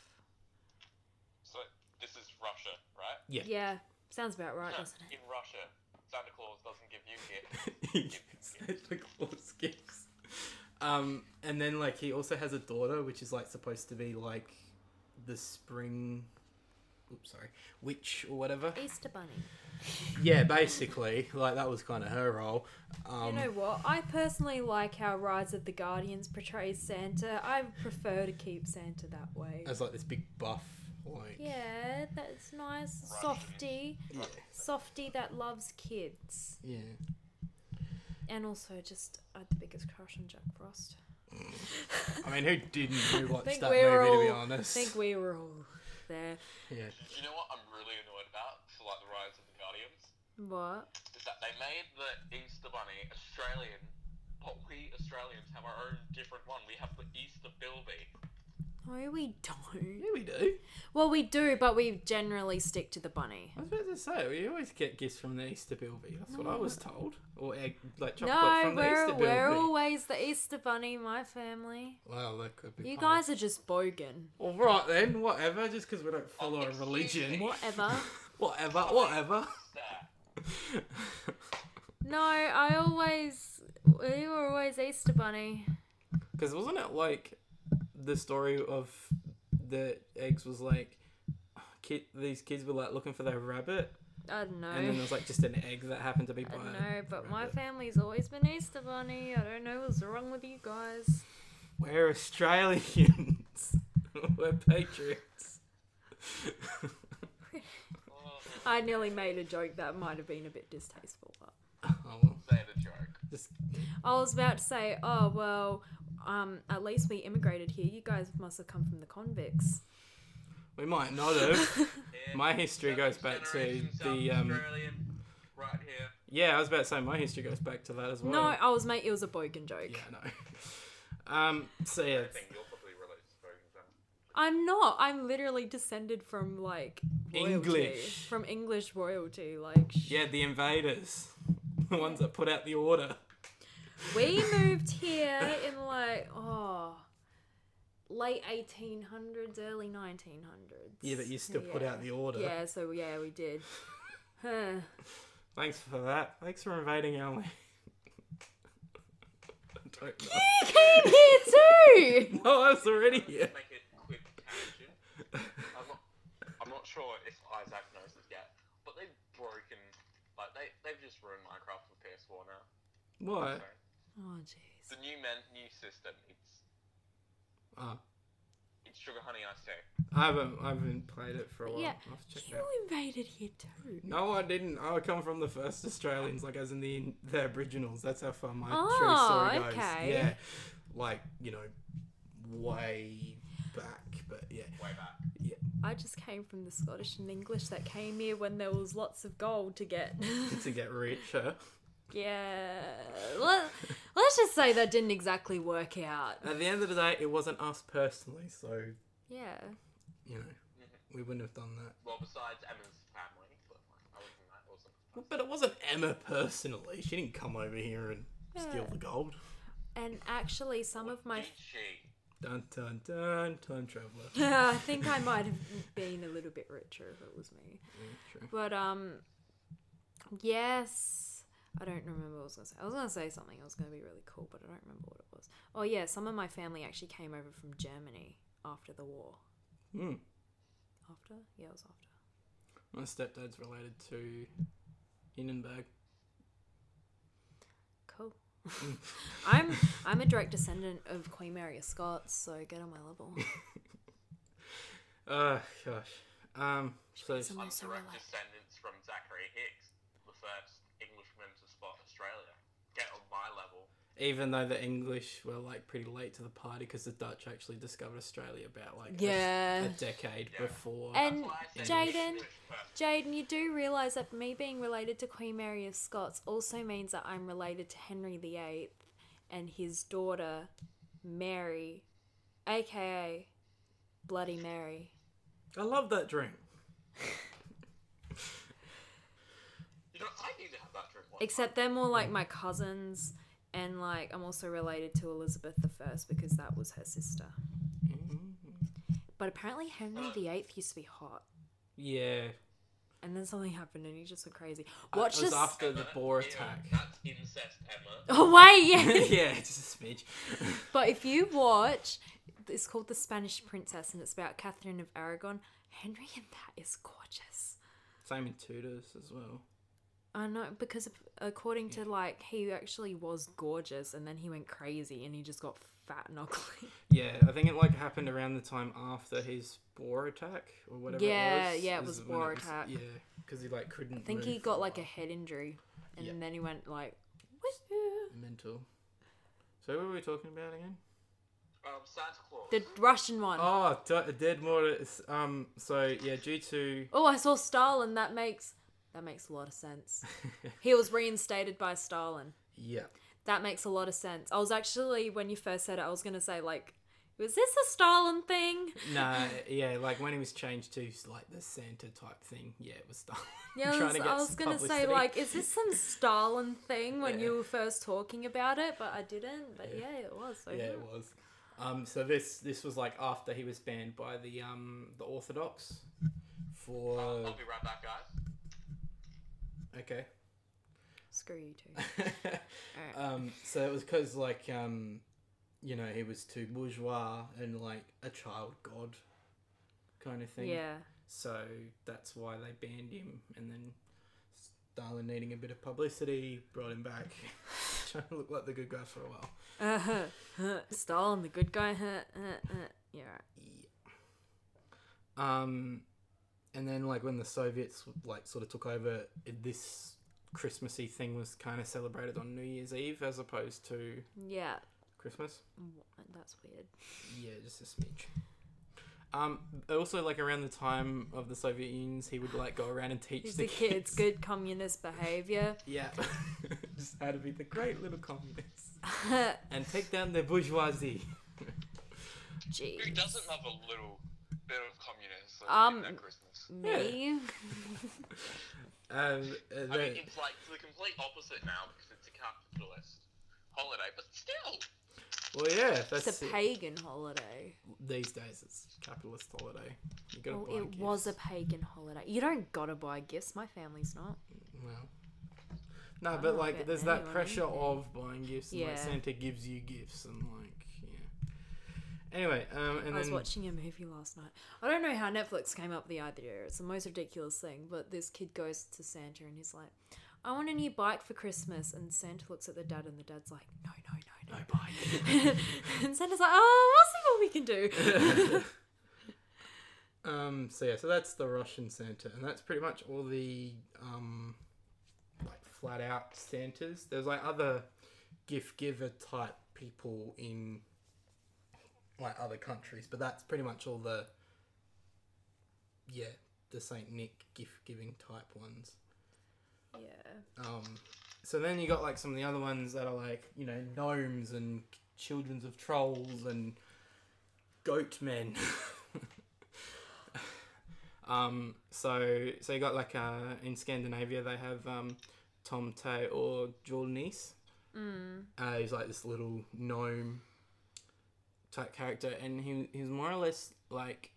Speaker 4: So this is Russia, right?
Speaker 3: Yeah.
Speaker 2: Yeah, sounds about right, doesn't it?
Speaker 4: In Russia, Santa Claus doesn't give you gifts.
Speaker 3: *laughs* Santa Claus gifts. Um, and then like he also has a daughter, which is like supposed to be like the spring, oops, sorry, witch or whatever.
Speaker 2: Easter Bunny.
Speaker 3: Yeah, basically, like that was kind of her role. Um,
Speaker 2: you know what? I personally like how Rise of the Guardians portrays Santa. I prefer to keep Santa that way.
Speaker 3: as like this big buff, like
Speaker 2: Yeah, that's nice.
Speaker 4: Right.
Speaker 2: Softy.
Speaker 3: yeah,
Speaker 2: Softy that loves kids.
Speaker 3: yeah.
Speaker 2: And also, just I had the biggest crush on Jack Frost.
Speaker 3: I mean, who didn't
Speaker 2: *laughs*
Speaker 3: who watched
Speaker 2: think
Speaker 3: that
Speaker 2: we were
Speaker 3: movie? to be
Speaker 2: all- I
Speaker 3: honest,
Speaker 2: think we were all there.
Speaker 3: yeah.
Speaker 4: You know what I'm really annoyed about for like the rise of the Guardians
Speaker 2: What?
Speaker 4: is that they made the Easter Bunny Australian, but we Australians have our own different one. We have the Easter Bilby.
Speaker 2: No, we don't.
Speaker 3: Yeah, we do.
Speaker 2: Well, we do, but we generally stick to the bunny.
Speaker 3: I was about to say we always get gifts from the Easter Bilby. That's what I was told, or egg, like chocolate
Speaker 2: No,
Speaker 3: from the Easter
Speaker 2: we're,
Speaker 3: Bilby.
Speaker 2: we're always the Easter bunny, my family.
Speaker 3: Wow, that could be.
Speaker 2: You
Speaker 3: part of-
Speaker 2: guys are just bogan.
Speaker 3: All right then, whatever. Just because we don't follow a
Speaker 4: excuse
Speaker 3: religion,
Speaker 4: me.
Speaker 2: Whatever.
Speaker 3: whatever, whatever. *laughs*
Speaker 4: There.
Speaker 2: No, I always. We were always Easter bunny.
Speaker 3: Because wasn't it like the story of the eggs was like kid, these kids were like looking for their rabbit,
Speaker 2: I don't know.
Speaker 3: and then there was like just an egg that happened to be
Speaker 2: I
Speaker 3: by.
Speaker 2: don't
Speaker 3: a
Speaker 2: know, but my
Speaker 3: rabbit.
Speaker 2: family's always been Easter bunny. I don't know what's wrong with you guys.
Speaker 3: We're Australians. *laughs* we're patriots. *laughs*
Speaker 4: Oh,
Speaker 2: I nearly made a joke that might have been a bit distasteful. But
Speaker 3: oh well,
Speaker 4: say the joke.
Speaker 3: just
Speaker 2: I was about to say, oh well, um, at least we immigrated here. You guys must have come from the convicts.
Speaker 3: we might not have.
Speaker 4: Yeah.
Speaker 3: My history goes back to
Speaker 4: Generation South
Speaker 3: the um.
Speaker 4: Australian, right here.
Speaker 3: Yeah, I was about to say my history goes back to that as well.
Speaker 2: No, I was mate. It was a bogan joke.
Speaker 3: Yeah, *laughs* no. Um, so yeah,
Speaker 4: I think you'll probably um, relate to both of them.
Speaker 2: I'm not. I'm literally descended from like royalty,
Speaker 3: English.
Speaker 2: from English royalty. Like sh-
Speaker 3: yeah, the invaders, *laughs* the ones that put out the order.
Speaker 2: we moved here in like oh late 1800s, early 1900s.
Speaker 3: Yeah, but you still put out the order.
Speaker 2: Yeah, so yeah, we
Speaker 3: *laughs*
Speaker 2: did. Huh.
Speaker 3: Thanks for that. Thanks for invading our land. *laughs* I don't know.
Speaker 2: You came here too.
Speaker 3: *laughs* Oh, I was already here.
Speaker 4: Let's make a quick tangent. I'm not, I'm not sure if Isaac knows this yet, but they've broken, like they they've just ruined Minecraft with PS4 now.
Speaker 3: What?
Speaker 4: So,
Speaker 2: Oh jeez.
Speaker 4: the new men, new system. It's
Speaker 3: Oh,
Speaker 4: it's sugar honey iced tea.
Speaker 3: I haven't, I haven't played it for a while.
Speaker 2: Yeah,
Speaker 3: I'll have to check it
Speaker 2: you
Speaker 3: out.
Speaker 2: invaded here too.
Speaker 3: No, I didn't. I come from the first Australians, like as in the the Aboriginals. That's how far my
Speaker 2: Oh,
Speaker 3: true story goes.
Speaker 2: okay.
Speaker 3: Yeah, like you know, way back. But yeah,
Speaker 4: Way back.
Speaker 2: I just came from the Scottish and English that came here when there was lots of gold to get.
Speaker 3: to get richer.
Speaker 2: *laughs* yeah. Let, let's just say that didn't exactly work out.
Speaker 3: At the end of the day, it wasn't us personally, so
Speaker 2: Yeah.
Speaker 3: you know, we wouldn't have done that.
Speaker 4: Well, besides Emma's family, but like, other than that, it wasn't.
Speaker 3: But it wasn't Emma personally. She didn't come over here and steal the gold.
Speaker 2: And actually, some of my.
Speaker 4: Did she?
Speaker 3: Dun dun dun, time traveler.
Speaker 2: I think I might have been a little bit richer if it was me. But, um. Yes. I don't remember what I was going to say. I was going to say something. It was going to be really cool, but I don't remember what it was. Oh, yeah. Some of my family actually came over from Germany after the war.
Speaker 3: Hmm.
Speaker 2: After? Yeah, it was after.
Speaker 3: My stepdad's related to Hindenburg.
Speaker 2: Cool. *laughs* I'm I'm a direct descendant of Queen Mary of Scots, so get on my level.
Speaker 3: Oh gosh. Um. So
Speaker 2: Some-
Speaker 4: I'm
Speaker 2: Also
Speaker 4: direct
Speaker 2: related.
Speaker 4: descendants from Zachary Hicks, the first Englishman to spot Australia. Get on my level.
Speaker 3: even though the English were like pretty late to the party because the Dutch actually discovered Australia about like a- a,
Speaker 2: Yeah.
Speaker 3: decade
Speaker 4: Yeah.
Speaker 3: before.
Speaker 2: And
Speaker 4: Why I say
Speaker 2: Mm. Jaden,
Speaker 4: English person.
Speaker 2: Jaden, you do realise that me being related to Queen Mary of Scots also means that I'm related to Henry VIII and his daughter Mary, aka Bloody Mary.
Speaker 3: I love that drink.
Speaker 4: You know, I need to have that drink. one
Speaker 2: Except they're more like my cousins and like I'm also related to Elizabeth the First because that was her sister.
Speaker 3: Mm-hmm.
Speaker 2: But apparently Henry the Eighth used to be hot,
Speaker 3: Yeah.
Speaker 2: and then something happened and he just went crazy.
Speaker 3: I-
Speaker 2: Watch
Speaker 3: it was
Speaker 2: this.
Speaker 3: after the
Speaker 4: Emma,
Speaker 3: boar
Speaker 4: ew,
Speaker 3: attack.
Speaker 4: That's incest, Emma.
Speaker 2: Oh wait, yeah.
Speaker 3: *laughs* yeah, it's just a smidge.
Speaker 2: But if you watch, it's called The Spanish Princess and it's about Catherine of Aragon. Henry and that is gorgeous.
Speaker 3: Same in Tudors as well.
Speaker 2: I know because of- according to like he actually was gorgeous and then he went crazy and he just got fat and ugly. *laughs*
Speaker 3: Yeah, I think it like happened around the time after his boar attack or whatever.
Speaker 2: Yeah,
Speaker 3: it was,
Speaker 2: yeah, it
Speaker 3: is
Speaker 2: was
Speaker 3: when
Speaker 2: boar attack.
Speaker 3: Yeah, because he like couldn't.
Speaker 2: I think he got like a head injury and
Speaker 3: Yeah.
Speaker 2: then he went like. "Woo-hoo."
Speaker 3: mental. So what were we talking about again?
Speaker 4: Um, Santa Claus.
Speaker 2: The Russian one. Oh.
Speaker 3: Oh, D- Deadwater. is- Um. So yeah, due to
Speaker 2: Oh, I saw Stalin. That makes that makes a lot of sense. he was reinstated by Stalin.
Speaker 3: yeah,
Speaker 2: That makes a lot of sense. I was actually when you first said it, I was gonna say like, was this a Stalin
Speaker 3: *laughs*
Speaker 2: thing? *laughs*
Speaker 3: nah, yeah, like when it was changed to like the Santa type thing. Yeah, it was done.
Speaker 2: Yeah, I
Speaker 3: *laughs* Trying
Speaker 2: was,
Speaker 3: to get
Speaker 2: I was
Speaker 3: some
Speaker 2: gonna say
Speaker 3: publicity.
Speaker 2: like, is this some Stalin thing when
Speaker 3: Yeah.
Speaker 2: you were first talking about it? But I didn't. But yeah,
Speaker 3: Yeah.
Speaker 2: it was. So
Speaker 3: Yeah, it was. Um, so this this was like after he was banned by the um the Orthodox for
Speaker 4: Um, I'll be right back, guys.
Speaker 3: okay.
Speaker 2: Screw you two. Alright.
Speaker 3: *laughs* um, so it was because like um, you know he was too bourgeois and like a child god kind of thing.
Speaker 2: yeah. *laughs*
Speaker 3: So that's why they banned him, and then Stalin needing a bit of publicity brought him back, *laughs* trying to look like the good guy for a while.
Speaker 2: Uh, Stalin, the good guy. huh, uh, uh. Yeah. right.
Speaker 3: Um, and then like when the Soviets like sort of took over, it- this Christmassy thing was kind of celebrated on New Year's Eve as opposed to
Speaker 2: Yeah.
Speaker 3: Christmas.
Speaker 2: Wha- That's
Speaker 3: *laughs*
Speaker 2: weird.
Speaker 3: Yeah, just a smidge. Um, also like around the time of the Soviet Unions, he would like go around and teach
Speaker 2: These
Speaker 3: the,
Speaker 2: the kids good communist behavior.
Speaker 3: *laughs*
Speaker 2: *laughs*
Speaker 3: Yeah, *laughs* just how to be the great little communists
Speaker 2: Gee.
Speaker 3: and take down the *laughs* bourgeoisie.
Speaker 4: Who doesn't love a little bit of communism
Speaker 2: Um,
Speaker 4: in their Christmas?
Speaker 2: Me?
Speaker 3: Um, uh,
Speaker 4: I mean,
Speaker 3: they-
Speaker 4: it's like the complete opposite now because it's a capitalist holiday, but still.
Speaker 3: well, yeah, that's
Speaker 2: It's a
Speaker 3: it.
Speaker 2: pagan holiday.
Speaker 3: these days it's capitalist holiday. You gotta
Speaker 2: Well,
Speaker 3: buy
Speaker 2: it was a
Speaker 3: gifts.
Speaker 2: pagan holiday. You don't gotta buy gifts. My family's not.
Speaker 3: Well, no,
Speaker 2: don't
Speaker 3: but
Speaker 2: know
Speaker 3: like,
Speaker 2: about
Speaker 3: there's that
Speaker 2: anyone,
Speaker 3: pressure
Speaker 2: anything.
Speaker 3: of buying gifts, and like
Speaker 2: Yeah.
Speaker 3: Santa gives you gifts, and like, yeah. Anyway, um, and
Speaker 2: I was
Speaker 3: then
Speaker 2: watching a movie last night. I don't know how Netflix came up with the idea. It's the most ridiculous thing. But this kid goes to Santa and he's like, "I want a new bike for Christmas." And Santa looks at the dad, and the dad's like, "No, no,
Speaker 3: *laughs*
Speaker 2: no, no."
Speaker 3: I buy it.
Speaker 2: *laughs* and Santa's like, "Oh, we'll see what we
Speaker 3: *laughs*
Speaker 2: can do."
Speaker 3: Um, so yeah, so that's the Russian Santa, and that's pretty much all the um, like flat out Santas. There's like other gift giver type people in like other countries, but that's pretty much all the yeah the Saint Nick gift giving type ones.
Speaker 2: yeah.
Speaker 3: Um, so then you got like some of the other ones that are like you know gnomes and childrens of trolls and goat men. *laughs* um, so so you got like uh, in Scandinavia they have um, Tomte or Jornice. Mm. Uh, he's like this little gnome type character, and he he's more or less like.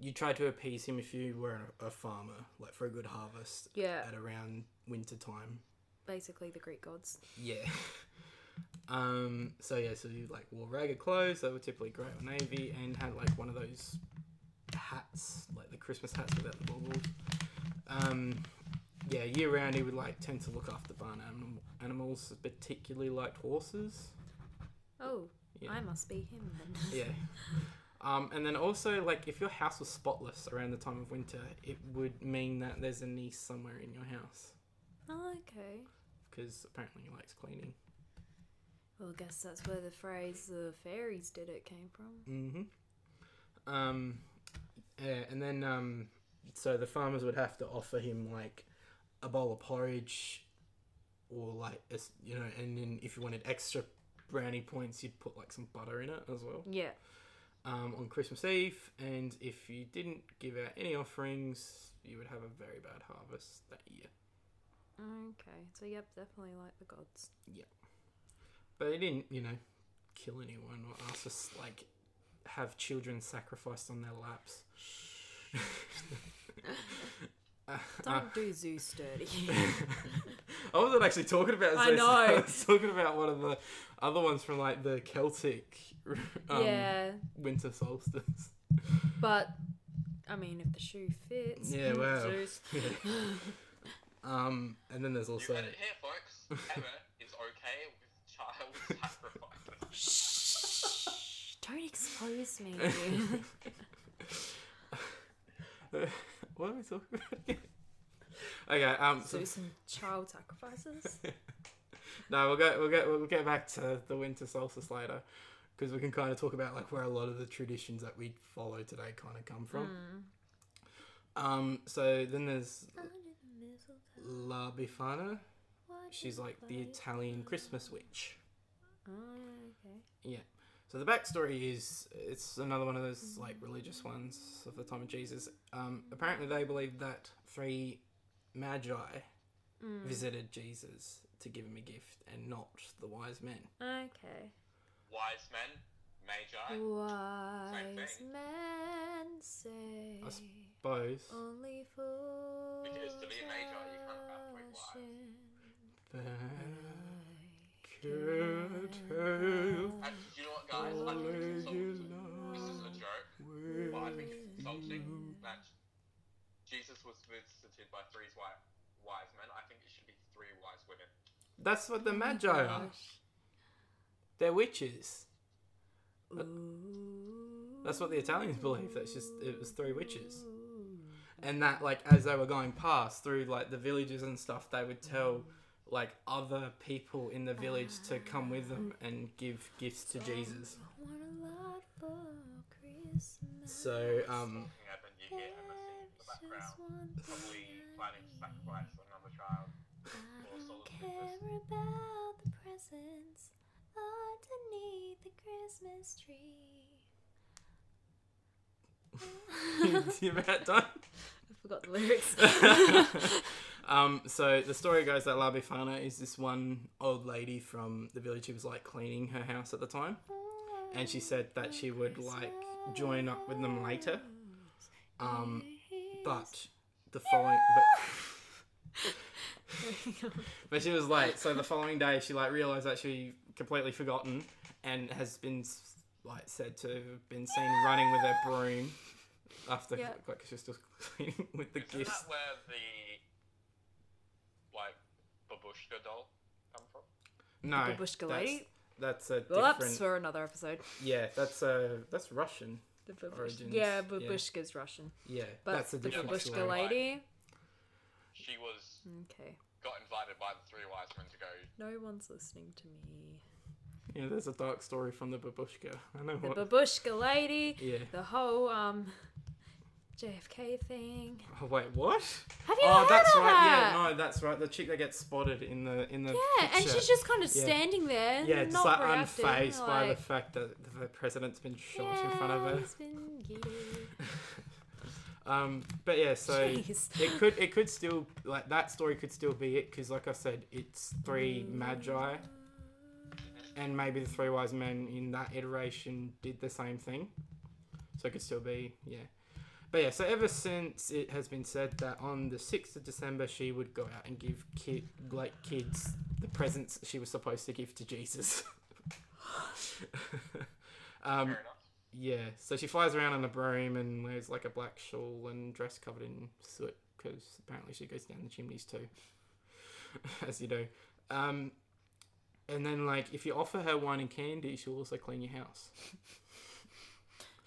Speaker 3: You try to appease him if you were a farmer, like for a good harvest
Speaker 2: Yeah.
Speaker 3: at around winter time.
Speaker 2: basically the Greek gods.
Speaker 3: Yeah. *laughs* Um, so yeah, so you like wore ragged clothes, they were typically grey or navy, and had like one of those hats, like the Christmas hats without the baubles. Um, yeah, year round he would like tend to look after barn anim- animals, particularly like horses.
Speaker 2: Oh,
Speaker 3: Yeah.
Speaker 2: I must be him then.
Speaker 3: Yeah. *laughs* Um, and then also, like, if your house was spotless around the time of winter, it would mean that there's a niece somewhere in your house
Speaker 2: Oh, *laughs* okay.
Speaker 3: because apparently he likes cleaning.
Speaker 2: Well, I guess that's where the phrase "the fairies did it" came from.
Speaker 3: hmm Um, yeah, and then um, so the farmers would have to offer him like a bowl of porridge, or like a s you know, and then if you wanted extra brownie points, you'd put like some butter in it as well.
Speaker 2: Yeah.
Speaker 3: Um, on Christmas Eve, and if you didn't give out any offerings, you would have a very bad harvest that year. *laughs*
Speaker 2: Okay. So yep, definitely like the gods.
Speaker 3: But they didn't, you know, kill anyone or ask us like have children sacrificed on their laps.
Speaker 2: Don't do Zeus dirty. *laughs*
Speaker 3: I wasn't actually talking about.
Speaker 2: I
Speaker 3: Zeus, *laughs* I
Speaker 2: know.
Speaker 3: was talking about one of the other ones from like the Celtic *laughs* um,
Speaker 2: yeah, *laughs*
Speaker 3: winter solstice.
Speaker 2: but I mean, if the shoe fits, *laughs*
Speaker 3: Yeah, wow. *laughs*
Speaker 2: Zeus.
Speaker 3: Um, and then there's
Speaker 4: You
Speaker 3: also
Speaker 4: heard it here, folks. Emma is okay with child *laughs*
Speaker 2: Shh,
Speaker 4: sacrifice.
Speaker 2: don't expose me. *laughs*
Speaker 3: what are we talking about? Again? Okay, um, *laughs* so,
Speaker 2: Zeus and child sacrifices.
Speaker 3: no, we'll go, we'll get, we'll get back to the winter solstice later, because we can kind of talk about like where a lot of the traditions that we follow today kind of come *laughs*
Speaker 2: Hmm.
Speaker 3: from. Um, so then there's
Speaker 2: Hmm.
Speaker 3: La Befana. She's like the Italian Christmas witch.
Speaker 2: Oh, okay.
Speaker 3: Yeah. So the backstory is it's another one of those like religious ones of the time of Jesus. Um, apparently, they believed that three magi visited Jesus to give him a gift, and not the wise men.
Speaker 2: Okay.
Speaker 4: Wise men, magi. *laughs*
Speaker 2: Wise
Speaker 4: thing.
Speaker 2: men say
Speaker 3: I suppose
Speaker 2: only fools
Speaker 4: Because to be a magi, you can't have three wives.
Speaker 2: fashion
Speaker 3: that
Speaker 2: can
Speaker 3: could have
Speaker 4: And you know what, guys? I think it's insulting. This is a joke, but I think it's insulting that Jesus was visited by three wise, wise men. I think it should be three wise women.
Speaker 3: That's what the magi are. They're witches. That's what the Italians believe. That's just it was three witches, and that like as they were going past through like the villages and stuff, they would tell like other people in the village to come with them and give gifts to Jesus.
Speaker 2: Want a lot for Christmas.
Speaker 3: So um, *laughs*
Speaker 4: Talking and then you hear Emma singing in the background,
Speaker 2: Just one
Speaker 4: probably
Speaker 2: thing
Speaker 4: planning to sacrifice another child.
Speaker 2: I
Speaker 4: or
Speaker 2: don't
Speaker 4: solid
Speaker 2: care about the presents underneath the Christmas tree.
Speaker 3: you about done?
Speaker 2: I forgot the lyrics.
Speaker 3: um, so the story goes that La Befana is this one old lady from the village who was like cleaning her house at the time, *laughs* and she said that she would like join up with them later. Um,
Speaker 2: *laughs*
Speaker 3: but the following, but, but she was late. So the following day, she like realized that she completely forgotten and has been s- like said to have been seen running with her broom after
Speaker 2: Yeah.
Speaker 3: like 'cause she was still cleaning *laughs* with the
Speaker 4: Isn't
Speaker 3: gifts.
Speaker 4: that where the like babushka doll come from?
Speaker 3: No,
Speaker 2: The babushka lady?
Speaker 3: That's, that's a
Speaker 2: Well,
Speaker 3: different.
Speaker 2: that's for another episode.
Speaker 3: Yeah, that's a that's Russian.
Speaker 2: The babushka.
Speaker 3: Origins,
Speaker 2: Yeah,
Speaker 3: yeah.
Speaker 2: Babushka's Russian.
Speaker 3: Yeah,
Speaker 2: But
Speaker 3: that's a
Speaker 2: the
Speaker 3: different.
Speaker 2: Babushka
Speaker 3: story.
Speaker 4: lady.
Speaker 2: lady.
Speaker 4: She was
Speaker 2: Okay.
Speaker 4: got invited by the three wise men to go.
Speaker 2: No one's listening to me.
Speaker 3: Yeah, there's a dark story from the babushka. I know
Speaker 2: The
Speaker 3: what.
Speaker 2: babushka lady.
Speaker 3: yeah.
Speaker 2: The whole um *laughs* JFK thing.
Speaker 3: Oh wait, what?
Speaker 2: Have you
Speaker 3: Oh,
Speaker 2: heard
Speaker 3: that's
Speaker 2: of
Speaker 3: right.
Speaker 2: that?
Speaker 3: Yeah, no, that's right. The chick that gets spotted in the in the
Speaker 2: Yeah, and
Speaker 3: picture.
Speaker 2: she's just kind of
Speaker 3: Yeah.
Speaker 2: standing there,
Speaker 3: yeah,
Speaker 2: not
Speaker 3: just like
Speaker 2: reacting,
Speaker 3: unfazed by the
Speaker 2: like,
Speaker 3: fact that the president's been shot in front of
Speaker 2: "Yeah,
Speaker 3: her.
Speaker 2: it's
Speaker 3: *laughs*
Speaker 2: been years."
Speaker 3: Um, but yeah, so
Speaker 2: *laughs* Jeez.
Speaker 3: it could it could still like that story could still be it because like I said, it's three magi, and maybe the three wise men in that iteration did the same thing, so it could still be yeah. But yeah, so ever since it has been said that on the sixth of December she would go out and give kid like kids the presents she was supposed to give to Jesus. *laughs* um,
Speaker 4: Fair enough.
Speaker 3: yeah, so she flies around on a broom and wears like a black shawl and dress covered in soot because apparently she goes down the chimneys too, *laughs* as you do. Um, and then like if you offer her wine and candy, she'll also clean your house. *laughs*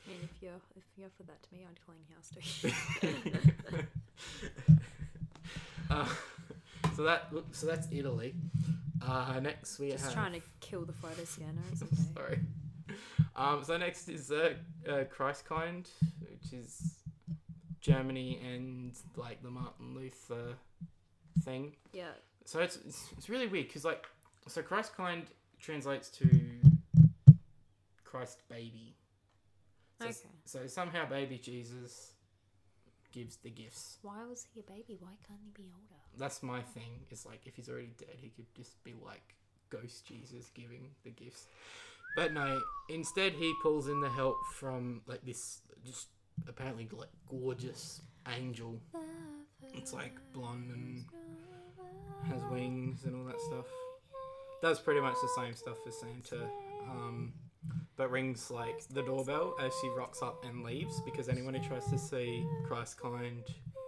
Speaker 2: I mean, if you if you offered that to me, I'd clean your house too.
Speaker 3: *laughs* Uh, so that so that's Italy. Uh, next we
Speaker 2: Just
Speaker 3: have
Speaker 2: trying to kill the photo scanner. It's okay.
Speaker 3: *laughs* sorry. Um, so next is uh, uh, Christkind, which is Germany and like the Martin Luther thing.
Speaker 2: Yeah,
Speaker 3: So it's it's, it's really weird because like so Christkind translates to Christ baby. So,
Speaker 2: Okay.
Speaker 3: So somehow baby Jesus gives the gifts.
Speaker 2: why was he a baby? Why can't he be older?
Speaker 3: That's my thing. Is like if he's already dead, he could just be like ghost Jesus giving the gifts. But no, instead he pulls in the help from like this just apparently like gorgeous angel. It's like blonde and has wings and all that stuff. Does pretty much the same stuff as Santa. Um, but rings like the doorbell as she rocks up and leaves because anyone who tries to see Christ kind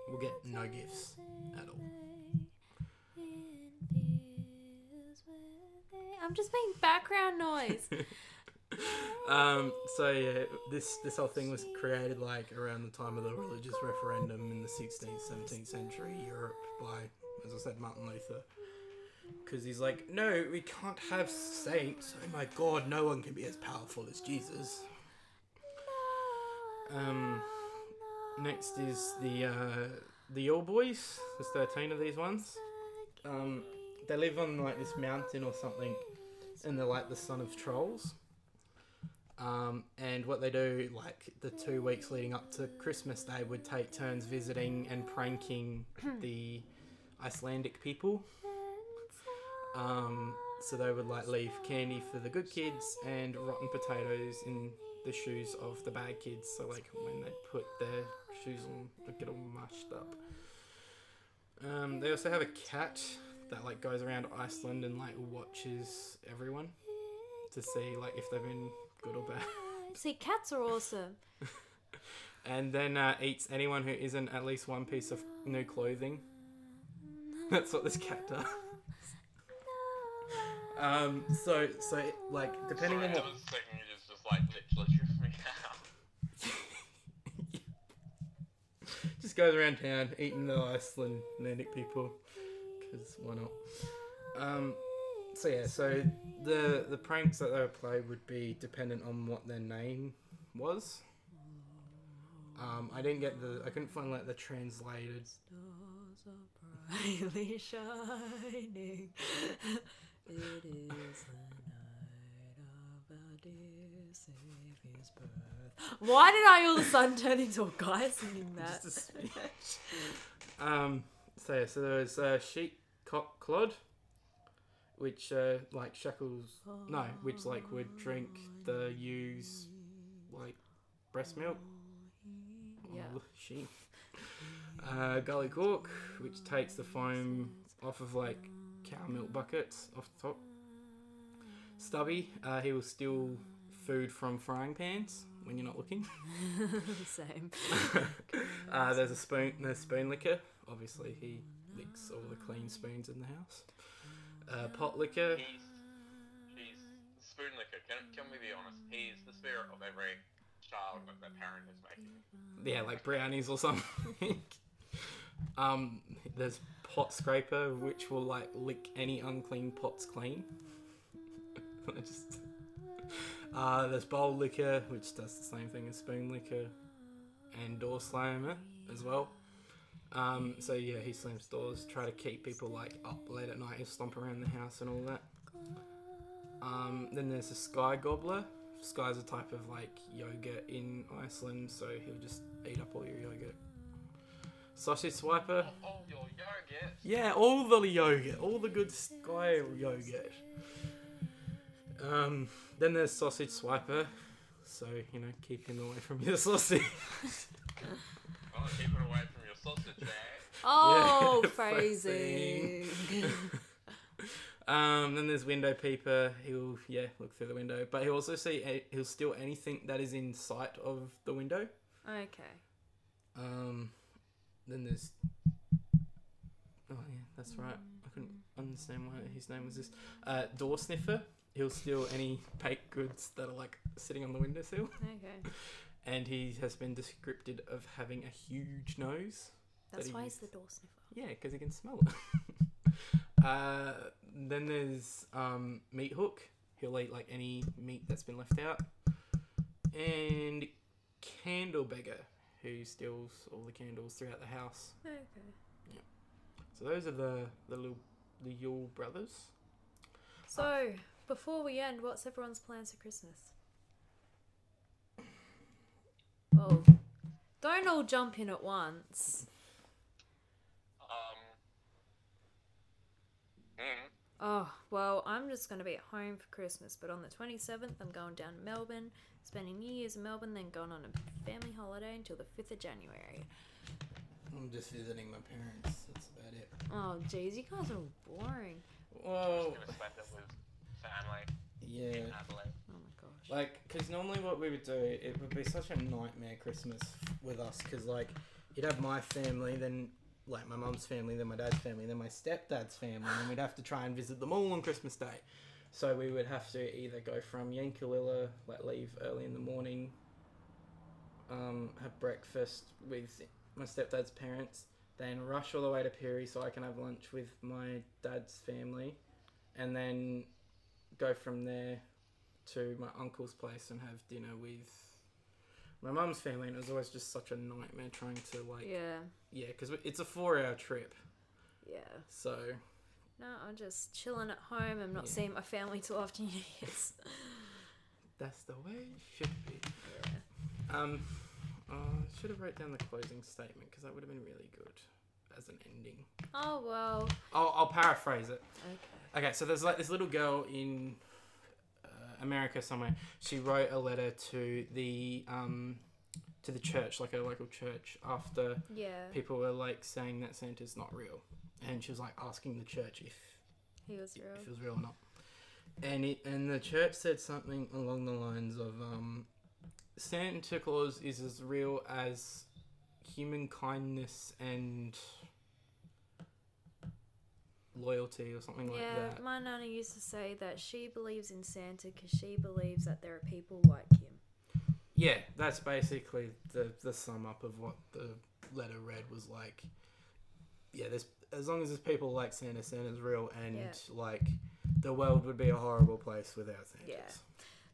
Speaker 3: will get no gifts at all.
Speaker 2: I'm just being background *laughs* noise.
Speaker 3: Um, so yeah, this this whole thing was created like around the time of the religious referendum in the 16th, 17th century Europe by, as I said, Martin Luther. Because he's like, no, we can't have saints. Oh my God, no one can be as powerful as Jesus. Um, next is the uh, the All Boys. There's 13 of these ones. Um, they live on like this mountain or something, and they're like the son of trolls. Um, and what they do, like the two weeks leading up to Christmas, they would take turns visiting and pranking the Icelandic people. Um, so they would like leave candy for the good kids and rotten potatoes in the shoes of the bad kids. So like when they put their shoes on, they get all mushed up. Um, they also have a cat that like goes around Iceland and like watches everyone to see like if they've been good or bad, *laughs*
Speaker 2: See, cats are awesome.
Speaker 3: and then uh, eats anyone who isn't at least one piece of new clothing. *laughs* That's what this cat does. Um, so so it, like depending
Speaker 4: Sorry,
Speaker 3: on what
Speaker 4: that was the second you just, just like literally *laughs* drew me out.
Speaker 3: just goes around town eating the Icelandic people, because why not? Um, so yeah, so the the pranks that they would play would be dependent on what their name was. Um, I didn't get the I couldn't find like the translated.
Speaker 2: Stars are brightly *laughs* shining. it is the night of our dear Savior's birth. Why did I all of a sudden turn into a guy singing that?
Speaker 3: *laughs* Just a speech. um, so yeah, so there was uh, sheep cock clod, which uh, like shackles no, which like would drink the ewe's like breast milk.
Speaker 2: yeah.
Speaker 3: *laughs* Oh, sheep. Uh, gully cork, which takes
Speaker 2: *laughs*
Speaker 3: the foam off of like cow milk buckets off the top. Stubby, uh, he will steal food from frying pans when you're not looking.
Speaker 2: Same.
Speaker 3: *laughs* uh, there's a spoon, there's spoon licker. Obviously, he licks all the clean spoons in the house. Uh, pot licker.
Speaker 4: He's, he's spoon liquor. Can, can we be honest? He's the spirit of every child that their parent is making.
Speaker 3: yeah, like brownies or something. *laughs* um, there's pot scraper, which will like lick any unclean pots clean. *laughs* I just- uh, there's bowl liquor, which does the same thing as spoon liquor, and door slammer as well. Um, so yeah, he slams doors, try to keep people like up late at night and stomp around the house and all that. Um, then there's the sky gobbler. Sky's a type of like yogurt in Iceland, so he'll just eat up all your yogurt. Sausage swiper.
Speaker 4: Oh, your yogurt.
Speaker 3: Yeah, all the yogurt, all the good sky yogurt. Um, then there's sausage swiper, so you know keep him away from your *laughs* sausage.
Speaker 4: Oh, keep it away from your sausage, eh?
Speaker 2: Oh,
Speaker 3: Yeah,
Speaker 2: crazy.
Speaker 3: um, then there's window peeper. He'll yeah look through the window, but he'll also see eh, he'll steal anything that is in sight of the window.
Speaker 2: *laughs* okay.
Speaker 3: Um, then there's. Oh yeah, that's right. I couldn't understand why his name was this. Uh, door sniffer. He'll steal any baked goods that are like sitting on the windowsill,
Speaker 2: Okay.
Speaker 3: and he has been described of having a huge nose.
Speaker 2: That's
Speaker 3: he
Speaker 2: why he's
Speaker 3: used-
Speaker 2: the door sniffer.
Speaker 3: Yeah, because he can smell it. *laughs* uh, then there's um, meat hook. He'll eat like any meat that's been left out, and candle beggar, who steals all the candles throughout the house.
Speaker 2: Okay.
Speaker 3: So those are the the little the Yule brothers.
Speaker 2: So, before we end, what's everyone's plans for Christmas? Well, Oh, don't all jump in at once.
Speaker 4: Um. Mm,
Speaker 2: Oh, well, I'm just going to be at home for Christmas, but on the 27th, I'm going down to Melbourne, spending New Year's in Melbourne, then going on a family holiday until the 5th of January.
Speaker 3: I'm just visiting my parents. That's about it.
Speaker 2: Oh, jeez, you guys are boring.
Speaker 4: I'm
Speaker 3: Whoa.
Speaker 4: just gonna spend it with family
Speaker 3: Oh. Yeah.
Speaker 4: in Adelaide.
Speaker 2: Oh my gosh.
Speaker 3: Like, because normally what we would do, it would be such a nightmare Christmas with us, because, like, you'd have my family, then, like, my mum's family, then my dad's family, then my stepdad's family, and we'd have to try and visit them all on Christmas Day. So we would have to either go from Yankalilla, like, leave early in the morning, um, have breakfast with my stepdad's parents, then rush all the way to Piri so I can have lunch with my dad's family, and then go from there to my uncle's place and have dinner with my mum's family, and it was always just such a nightmare trying to like
Speaker 2: Yeah,
Speaker 3: yeah, because it's a four-hour trip,
Speaker 2: yeah.
Speaker 3: so
Speaker 2: No, I'm just chilling at home. I'm not
Speaker 3: Yeah.
Speaker 2: seeing my family till after *laughs* New Year's.
Speaker 3: that's the way it should be. Um, oh, I should have wrote down the closing statement because that would have been really good as an ending.
Speaker 2: oh, well.
Speaker 3: I'll, I'll paraphrase it.
Speaker 2: Okay.
Speaker 3: Okay, so there's like this little girl in uh, America somewhere. She wrote a letter to the um to the church, like a local church, after
Speaker 2: Yeah,
Speaker 3: people were like saying that Santa's not real, and she was like asking the church if
Speaker 2: he was
Speaker 3: if
Speaker 2: real.
Speaker 3: it was real or not. And it and the church said something along the lines of um, Santa Claus is as real as human kindness and loyalty or something like
Speaker 2: Yeah,
Speaker 3: that.
Speaker 2: my nana used to say that she believes in Santa because she believes that there are people like him.
Speaker 3: Yeah, that's basically the the sum up of what the letter read was like. Yeah, there's as long as there's people like Santa, Santa's real, and
Speaker 2: Yeah.
Speaker 3: like the world would be a horrible place without Santa.
Speaker 2: Yeah.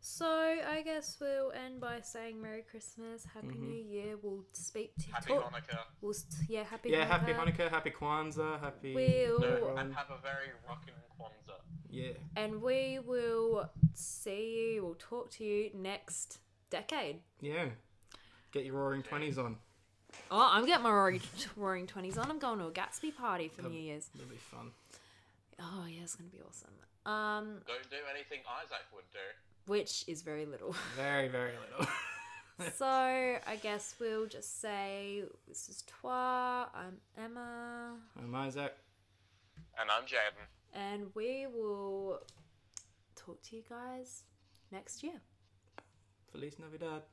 Speaker 2: So I guess we'll end by saying Merry Christmas, Happy
Speaker 3: Mhm.
Speaker 2: New Year. We'll speak to
Speaker 4: Happy
Speaker 2: talk-
Speaker 4: Hanukkah
Speaker 2: We'll s- yeah, Happy
Speaker 3: yeah,
Speaker 2: Hanukkah.
Speaker 3: happy Hanukkah, happy Kwanzaa, happy.
Speaker 2: We'll-
Speaker 3: Noel.
Speaker 4: and have a very rockin' Kwanzaa.
Speaker 3: yeah,
Speaker 2: And we will see you. We'll talk to you next decade.
Speaker 3: yeah. Get your roaring twenties on.
Speaker 2: Oh, I'm getting my roaring, roaring twenties on. I'm going to a Gatsby party for New Year's.
Speaker 3: It'll be fun.
Speaker 2: Oh yeah, it's gonna be awesome. Um,
Speaker 4: Don't do anything Isaac would do.
Speaker 2: which is very little.
Speaker 3: Very, very little. *laughs*
Speaker 2: so I guess we'll just say this is Twa. I'm Emma.
Speaker 3: I'm Isaac.
Speaker 4: And I'm Jaden.
Speaker 2: and we will talk to you guys next year.
Speaker 3: Feliz Navidad.